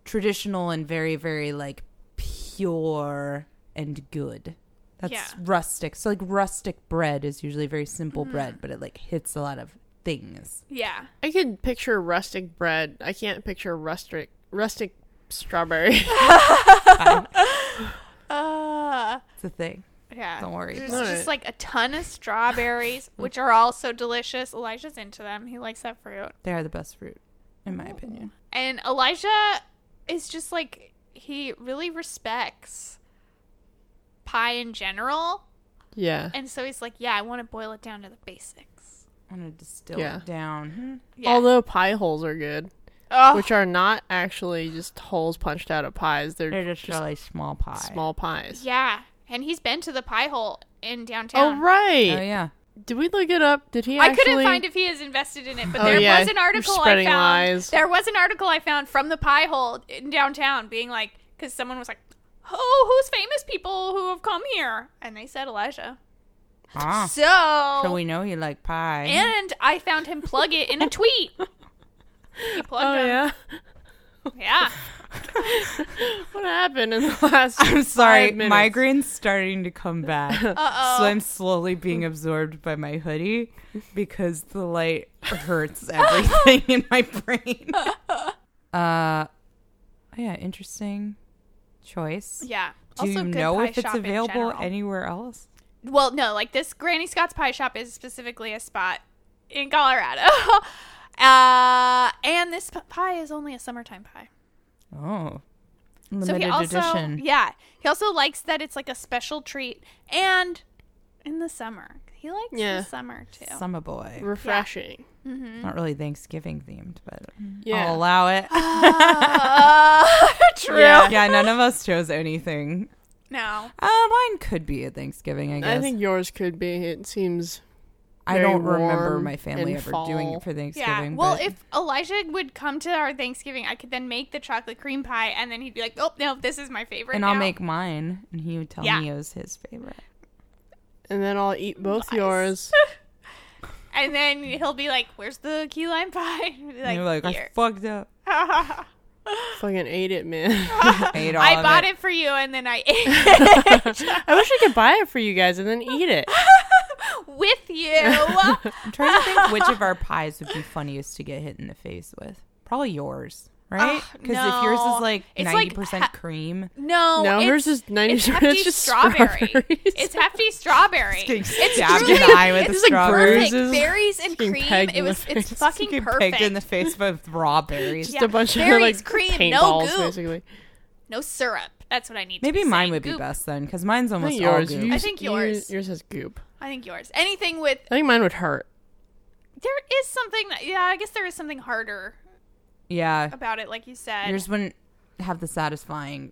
A: traditional and very, very like pure and good. That's
C: Yeah.
A: rustic. So like rustic bread is usually very simple bread, but it like hits a lot of things.
C: yeah
B: I could picture rustic bread. I can't picture rustic rustic strawberry. [laughs]
C: uh
A: It's a thing.
C: Yeah.
A: Don't worry
C: There's
B: about it.
C: just like a ton of strawberries, which are also delicious. Elijah's into them. He likes that fruit.
A: They are the best fruit, in my opinion.
C: And Elijah is just like, he really respects pie in general.
B: yeah.
C: And so he's like, yeah, I want to boil it down to the basics.
A: I'm gonna distill
B: Yeah.
A: it down.
C: Yeah.
B: Although pie holes are good,
C: oh,
B: which are not actually just holes punched out of pies. They're,
A: They're just,
B: just
A: really small pie.
B: small pies.
C: yeah. And he's been to the pie hole in
B: Oh
C: downtown.
A: Oh
B: right.
A: yeah.
B: Did we look it up? Did he
C: I
B: actually
C: couldn't find if he is invested in it, but
B: Oh,
C: there
B: yeah,
C: was an
B: you're
C: article I
B: spreading
C: found.
B: lies.
C: There was an article I found from the pie hole in downtown, being like, because someone was like, "Oh, who's famous people who have come here?" And they said Elijah.
A: Ah.
C: So,
A: So we know you like pie.
C: and I found him plug it in
A: [laughs]
C: a tweet. He plugged
B: Oh
C: him.
B: yeah.
C: yeah.
B: What happened in
C: [laughs]
B: the last
A: I'm [coughs] sorry,
B: five minutes?
A: migraine's starting to come
C: [laughs]
A: back.
C: Uh
A: So
C: oh.
A: I'm slowly being absorbed by my hoodie because the light
C: [laughs]
A: hurts everything in my brain. Uh yeah, interesting choice.
C: Yeah.
A: Do you
C: good
A: know
C: pie
A: if it's
C: shop in
A: available
C: general.
A: anywhere else?
C: well, no, like this Granny Scott's pie shop is specifically a spot in Colorado. [laughs] uh, and this p- pie is only a summertime pie.
A: Oh.
C: So
A: Limited
C: he also,
A: edition.
C: yeah, he also likes that it's like a special treat and in the summer. He likes
B: Yeah.
C: the summer too.
A: Summer boy.
B: refreshing.
C: Mm-hmm.
A: Not really Thanksgiving themed, but
B: Yeah.
A: I'll allow
C: [laughs]
A: it.
B: [laughs]
C: Uh, true.
B: Yeah.
A: yeah, none of us chose anything.
C: No.
A: Uh, mine could be a Thanksgiving, I guess.
B: I think yours could be. It seems
A: I
B: very
A: don't remember
B: warm
A: my family
B: and
A: ever doing
B: fall.
A: it for
C: Yeah.
A: Thanksgiving.
C: Well,
A: but-
C: if Elijah would come to our Thanksgiving, I could then make the chocolate cream pie, and then he'd be like, "Oh no, this is my favorite."
A: and I'll
C: now."
A: make mine, and he would tell
C: Yeah.
A: me it was his favorite.
B: and then I'll eat both
C: [laughs]
B: yours.
C: And then he'll be like, "Where's the key lime pie?" [laughs] And be
A: and you're like, I
C: "Here."
A: fucked
C: [laughs]
A: up.
B: Fucking ate it, man.
A: Ate all
C: I
A: of
C: bought it. for you,
A: [laughs]
C: and then I ate it
B: I wish I could buy it for you guys and then eat
C: [laughs]
B: it.
C: with
A: [laughs]
C: you.
A: I'm trying to
C: [laughs]
A: think which of our pies would be funniest to get hit in the face with. Probably yours, right?
C: Ugh,
A: Because if yours
C: no.
A: is like
C: It's like
A: 90%
C: ha-
A: cream, [laughs]
C: No,
B: No,
C: it's,
B: hers is 90
C: It's hefty
B: it's just
C: strawberry.
B: strawberries.
C: It's hefty strawberry.
A: getting
C: it's
A: stabbed in
C: truly-
A: the eye with a
C: it's
B: like
A: strawberry.
C: perfect.
B: bruises.
C: Berries and
B: Getting
C: cream.
B: pegged
C: It
B: in the
C: was. It's
B: face.
C: fucking
A: Get
C: perfect.
A: pegged in the face
C: [laughs]
A: with raw berries.
B: [laughs] Just
C: Yeah.
B: a bunch
C: Berries,
B: of like
C: cream, no
B: paintballs,
C: goo.
B: basically.
C: no syrup. That's what I need. to
A: Maybe
C: be
A: mine
C: saying.
A: would be
C: Goop.
A: best then, because mine's
B: I think
A: almost all
B: yours.
A: goop.
B: you-
C: I think
B: you-
C: yours.
B: Yours has goop.
C: I think yours. Anything with
B: I think mine would hurt.
C: there is something. That, yeah, I guess there is something harder
A: yeah,
C: about it, like you said.
A: yours wouldn't have the satisfying.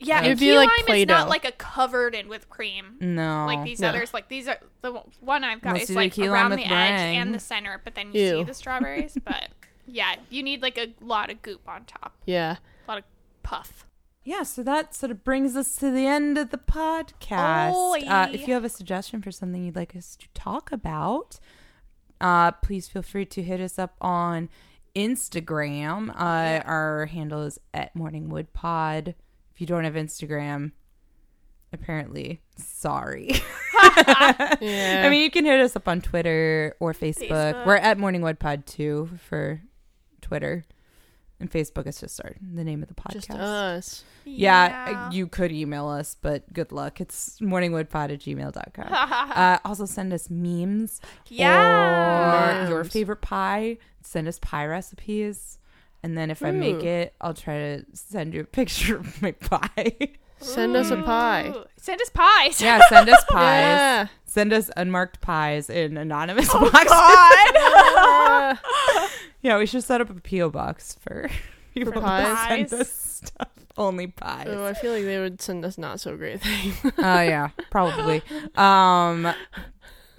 C: yeah,
B: It'd
C: and
B: be
C: key
B: like
C: lime is
B: Play-Doh.
C: not like a covered in with cream.
A: No,
C: Like these
B: No.
C: others, like these are the one- one I've got
A: Unless
C: is
A: you do
C: like
A: key lime
C: around
A: with
C: the edge
A: meringue.
C: and the center, but then you see
B: Ew. [laughs]
C: the strawberries. but yeah, you need like a lot of goop on top, [laughs]
B: Yeah.
C: a lot of puff.
A: yeah, so that sort of brings us to the end of the podcast.
C: Oy.
A: Uh, if you have a suggestion for something you'd like us to talk about, uh, please feel free to hit us up on Instagram. Uh, our handle is at Morningwood Pod. If you don't have Instagram, apparently, sorry. [laughs]
B: Yeah.
A: I mean, you can hit us up on Twitter or Facebook.
C: Facebook.
A: We're at Morningwood Pod too for Twitter. and Facebook is just our the name of the podcast.
B: Just us.
A: yeah, you could email us, but good luck. It's morningwoodpod at [laughs] gmail.com. uh, also, send us memes
C: yeah.
A: or your
B: Memes.
A: favorite pie. Send us pie recipes. And then if I make
B: Ooh.
A: it, I'll try to send you a picture of my pie.
B: Send us a pie.
C: Ooh, Send us
A: [laughs]
C: pies.
A: yeah, send us pies. Oh,
B: Yeah.
A: Send us unmarked pies in anonymous boxes.
C: [laughs]
B: Yeah.
A: [laughs] Yeah, we should set up a PO box for people to
B: pies?
A: send us stuff. Only pies.
B: oh, I feel like they would send us not so great [laughs] things.
A: Oh yeah, probably. Um,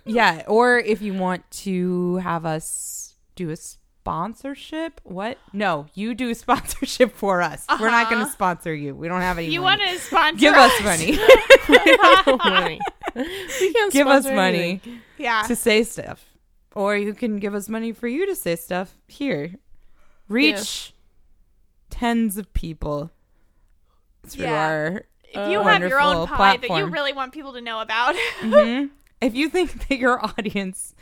A: yeah, or if you want to have us do a sponsorship, what? No, you do [laughs] sponsorship for us. We're not going to sponsor you. We don't have any.
C: Uh-huh. [laughs] You
A: money.
C: want to sponsor?
A: give
C: [laughs]
A: us money? [laughs] Oh,
B: [laughs] money. We can't
A: give us
B: sponsor
A: money
B: anything.
C: Yeah.
A: to say stuff, or you can give us money for you to say stuff here. Reach tens of people through
C: Yeah.
A: our
C: if you have your own
A: wonderful
C: pie that you
A: platform.
C: really want people to know
A: [laughs]
C: about,
A: if you think [laughs] that your audience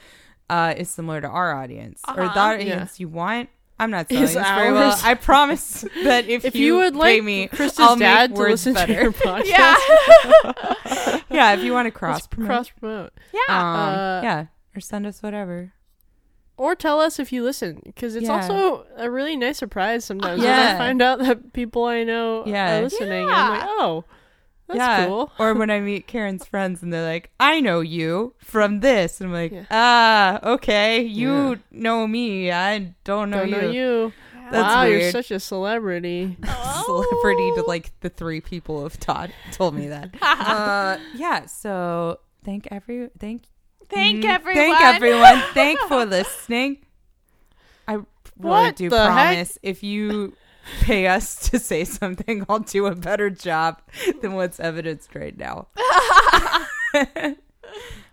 A: uh, is similar to our audience or
B: Uh-huh.
A: the audience you want, I'm not selling
B: Is
A: this very well.
B: ours.
A: I promise [laughs] that if,
B: If you, would
A: pay
B: like
A: me,
B: Krista's
A: I'll
B: dad
A: make
B: to
A: words
B: listen
A: better.
B: to your podcast,
A: [laughs]
C: yeah,
A: yeah, if you want to [laughs] cross promote,
B: cross promote.
A: um,
C: [laughs] yeah,
B: Uh,
A: yeah, or send us whatever.
B: Or tell us if you listen, because it's
A: Yeah.
B: also a really nice surprise sometimes when
A: Yeah.
B: I find out that people I know
A: Yeah.
B: are listening. And I'm
C: Yeah.
B: like, oh, that's
A: yeah.
B: cool. [laughs]
A: or when I meet Karen's friends and they're like, "I know you from this," and I'm like,
B: Yeah.
A: "Ah, okay, you
B: Yeah.
A: know me. I don't know
B: Don't
A: you."
B: know you.
A: That's
B: wow, you're
A: weird.
B: such a celebrity.
C: Oh.
A: [laughs] celebrity to like the three people of Todd told me that. [laughs] uh, yeah, so thank every thank
C: thank everyone.
A: Mm-hmm. thank
C: [laughs]
A: everyone. Thank for listening. I really
B: What
A: do
B: the heck?
A: promise if you pay us to say something, I'll do a better job than what's evidenced right
C: [laughs]
A: now.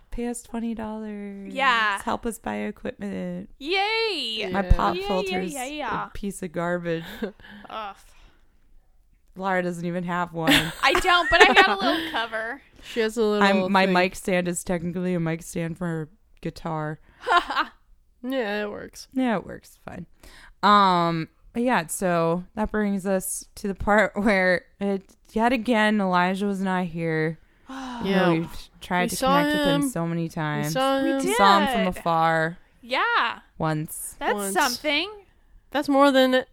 A: pay us twenty dollars.
C: Yeah.
A: Help us buy equipment.
C: Yay!
A: My
B: Yeah.
A: pop
C: Yeah, yeah,
A: filter's
C: yeah, yeah.
A: a piece of garbage.
C: Ugh.
A: Laura doesn't even have one.
C: I don't, but I got a
A: [laughs]
C: little cover.
B: She has a little.
A: I'm, my
B: thing.
A: mic stand is technically a mic stand for her guitar.
B: Yeah, it
A: [sighs]
B: works.
A: Yeah, it works fine. Um, but yeah, so that brings us to the part [laughs] where it yet again Elijah was not here. You know,
B: Yeah.
A: we've tried
B: We
A: to
B: saw
A: connect with him
B: him.
A: so many
B: We
A: times.
B: saw him.
C: did.
A: Saw him from
C: Good.
A: afar
C: Yeah,
A: once.
C: that's
B: Once.
C: something.
B: That's more than.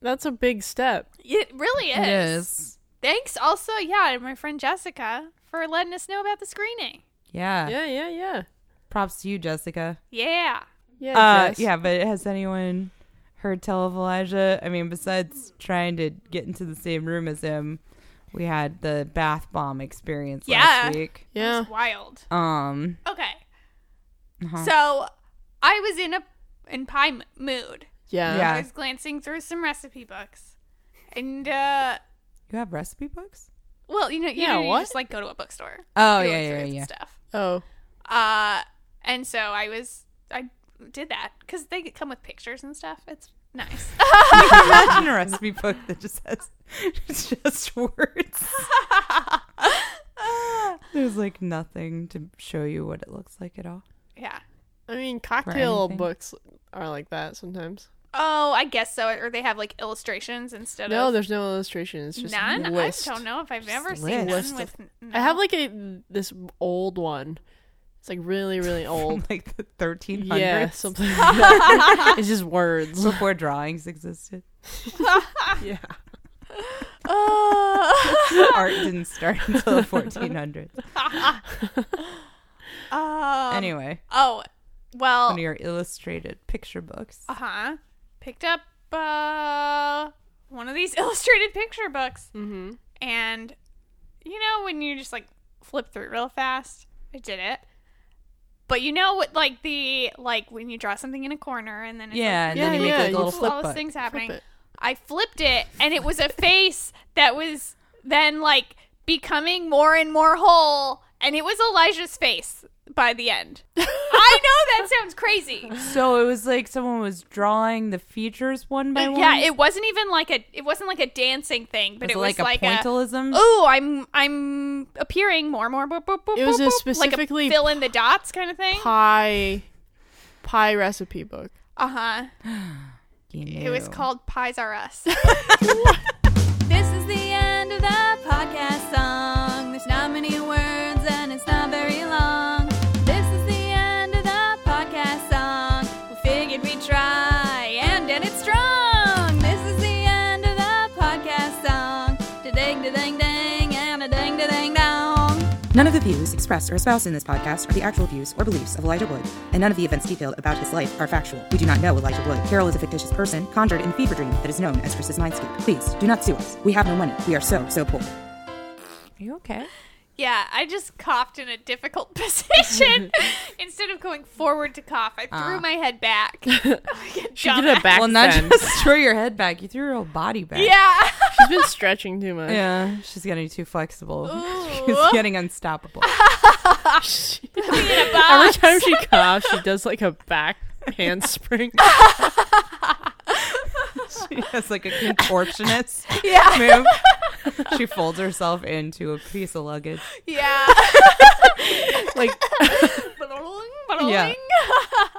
B: That's a big step.
C: It really is.
A: It is.
C: Thanks also, yeah, to my friend Jessica for letting us know about the screening.
A: Yeah.
B: Yeah, yeah, yeah.
A: Props to you, Jessica.
C: Yeah.
B: Yeah,
A: Uh,
B: Jess.
A: yeah, but has anyone heard tell of Elijah? I mean, besides trying to get into the same room as him, we had the bath bomb experience last
C: Yeah.
A: week.
B: Yeah.
C: It's wild.
A: Um,
C: Okay.
A: Uh-huh.
C: So I was in a in pie m- mood.
B: Yeah.
A: Yeah.
C: I was glancing through some recipe books. And uh
A: you have recipe books?
C: well, you know, you,
B: Yeah,
C: know, you
B: what?
C: just like go to a bookstore.
A: Oh
C: You
A: yeah,
C: look
A: yeah,
C: through
A: yeah.
C: Stuff.
B: Oh.
C: Uh and so I was I did that cuz they come with pictures and stuff. It's
A: [laughs]
C: nice. [laughs]
A: Imagine a recipe book that just has [laughs] it's just words. There's like nothing to show you what it looks like at all. [laughs]
C: yeah.
B: I mean, cocktail
A: anything.
B: books are like that sometimes.
C: Oh, I guess so. Or they have like illustrations instead
B: No,
C: of
B: there's no illustration. It's just
C: none.
B: list.
C: I don't know if I've ever
A: list.
C: seen
A: List
C: none
A: of- [laughs]
C: with. No. [laughs]
B: I have like a this old one. It's like really, [laughs] really old.
A: Like the 1300s
B: yeah, [laughs] something. like that. it's just [laughs] words.
A: before drawings
C: [laughs]
A: existed. yeah,
C: Oh.
A: art didn't start until the 1400s.
C: Um,
A: Anyway,
C: Oh,
A: one
C: well.
A: of your illustrated picture books.
C: Uh huh. Picked up uh, one of these [laughs] illustrated picture books,
B: Mm-hmm.
C: and you know when you just like flip through it real fast, I did it. But you know what, like the like when you draw something in a corner and then it's
A: Yeah,
C: like,
A: and
B: Yeah,
A: then you
B: yeah,
A: make like
B: you
A: a little
C: all
A: flip
C: those
A: book.
C: things happening.
B: it.
C: I flipped it and it was a face that was then like becoming more and more whole and it was Elijah's face by
A: [laughs]
C: the end. I know that sounds crazy.
A: So it was like someone was drawing the features one by one.
C: yeah, it wasn't even like a it wasn't like a dancing thing, but
A: was
C: it was
A: like
C: like,
A: a
C: a,
A: pointillism.
C: oh, I'm I'm appearing more and more boop, boop, boop,
B: It was
C: boop,
B: a
C: boop,"
B: specifically
C: like a fill in the dots kind of thing.
B: Pie, pie recipe book.
C: Uh-huh.
A: You knew.
C: It was called Pies Are Us. [laughs] this is the end of the podcast song. There's not many words and it's not very long. This is the end of the podcast song. We figured we'd try and end it strong. This is the end of the podcast song. Da-ding, da-ding, ding, and a ding, da-ding, dong.
D: None of the views expressed or espoused in this podcast are the actual views or beliefs of Elijah Wood, and none of the events detailed about his life are factual. We do not know Elijah Wood. Carol is a fictitious person conjured in a fever dream that is known as Chris's Mindscape. Please do not sue us. We have no money. We are so, so poor.
A: Are you okay?
C: Yeah, I just coughed in a difficult
B: [laughs]
C: [laughs] position. Instead of going forward to cough, I threw my
B: [laughs]
C: head back.
B: Ah.
C: [laughs]
B: She did a back
A: well, not
B: bend.
A: just [laughs] throw your head back. You threw your whole body back.
C: Yeah. [laughs]
B: She's been stretching too
A: [laughs]
B: much.
A: Yeah, she's getting too flexible. [laughs] She's
C: Ooh.
A: getting
C: [laughs]
A: unstoppable.
B: She-
C: In a
B: every
C: box.
B: time she coughs, she does like a [laughs] back handspring. [laughs]
A: she has like a contortionist
C: Yeah. [laughs]
A: move. She folds herself into a piece of luggage.
C: Yeah.
B: like
C: Ba-da-ling, ba-da-ling.
A: Yeah.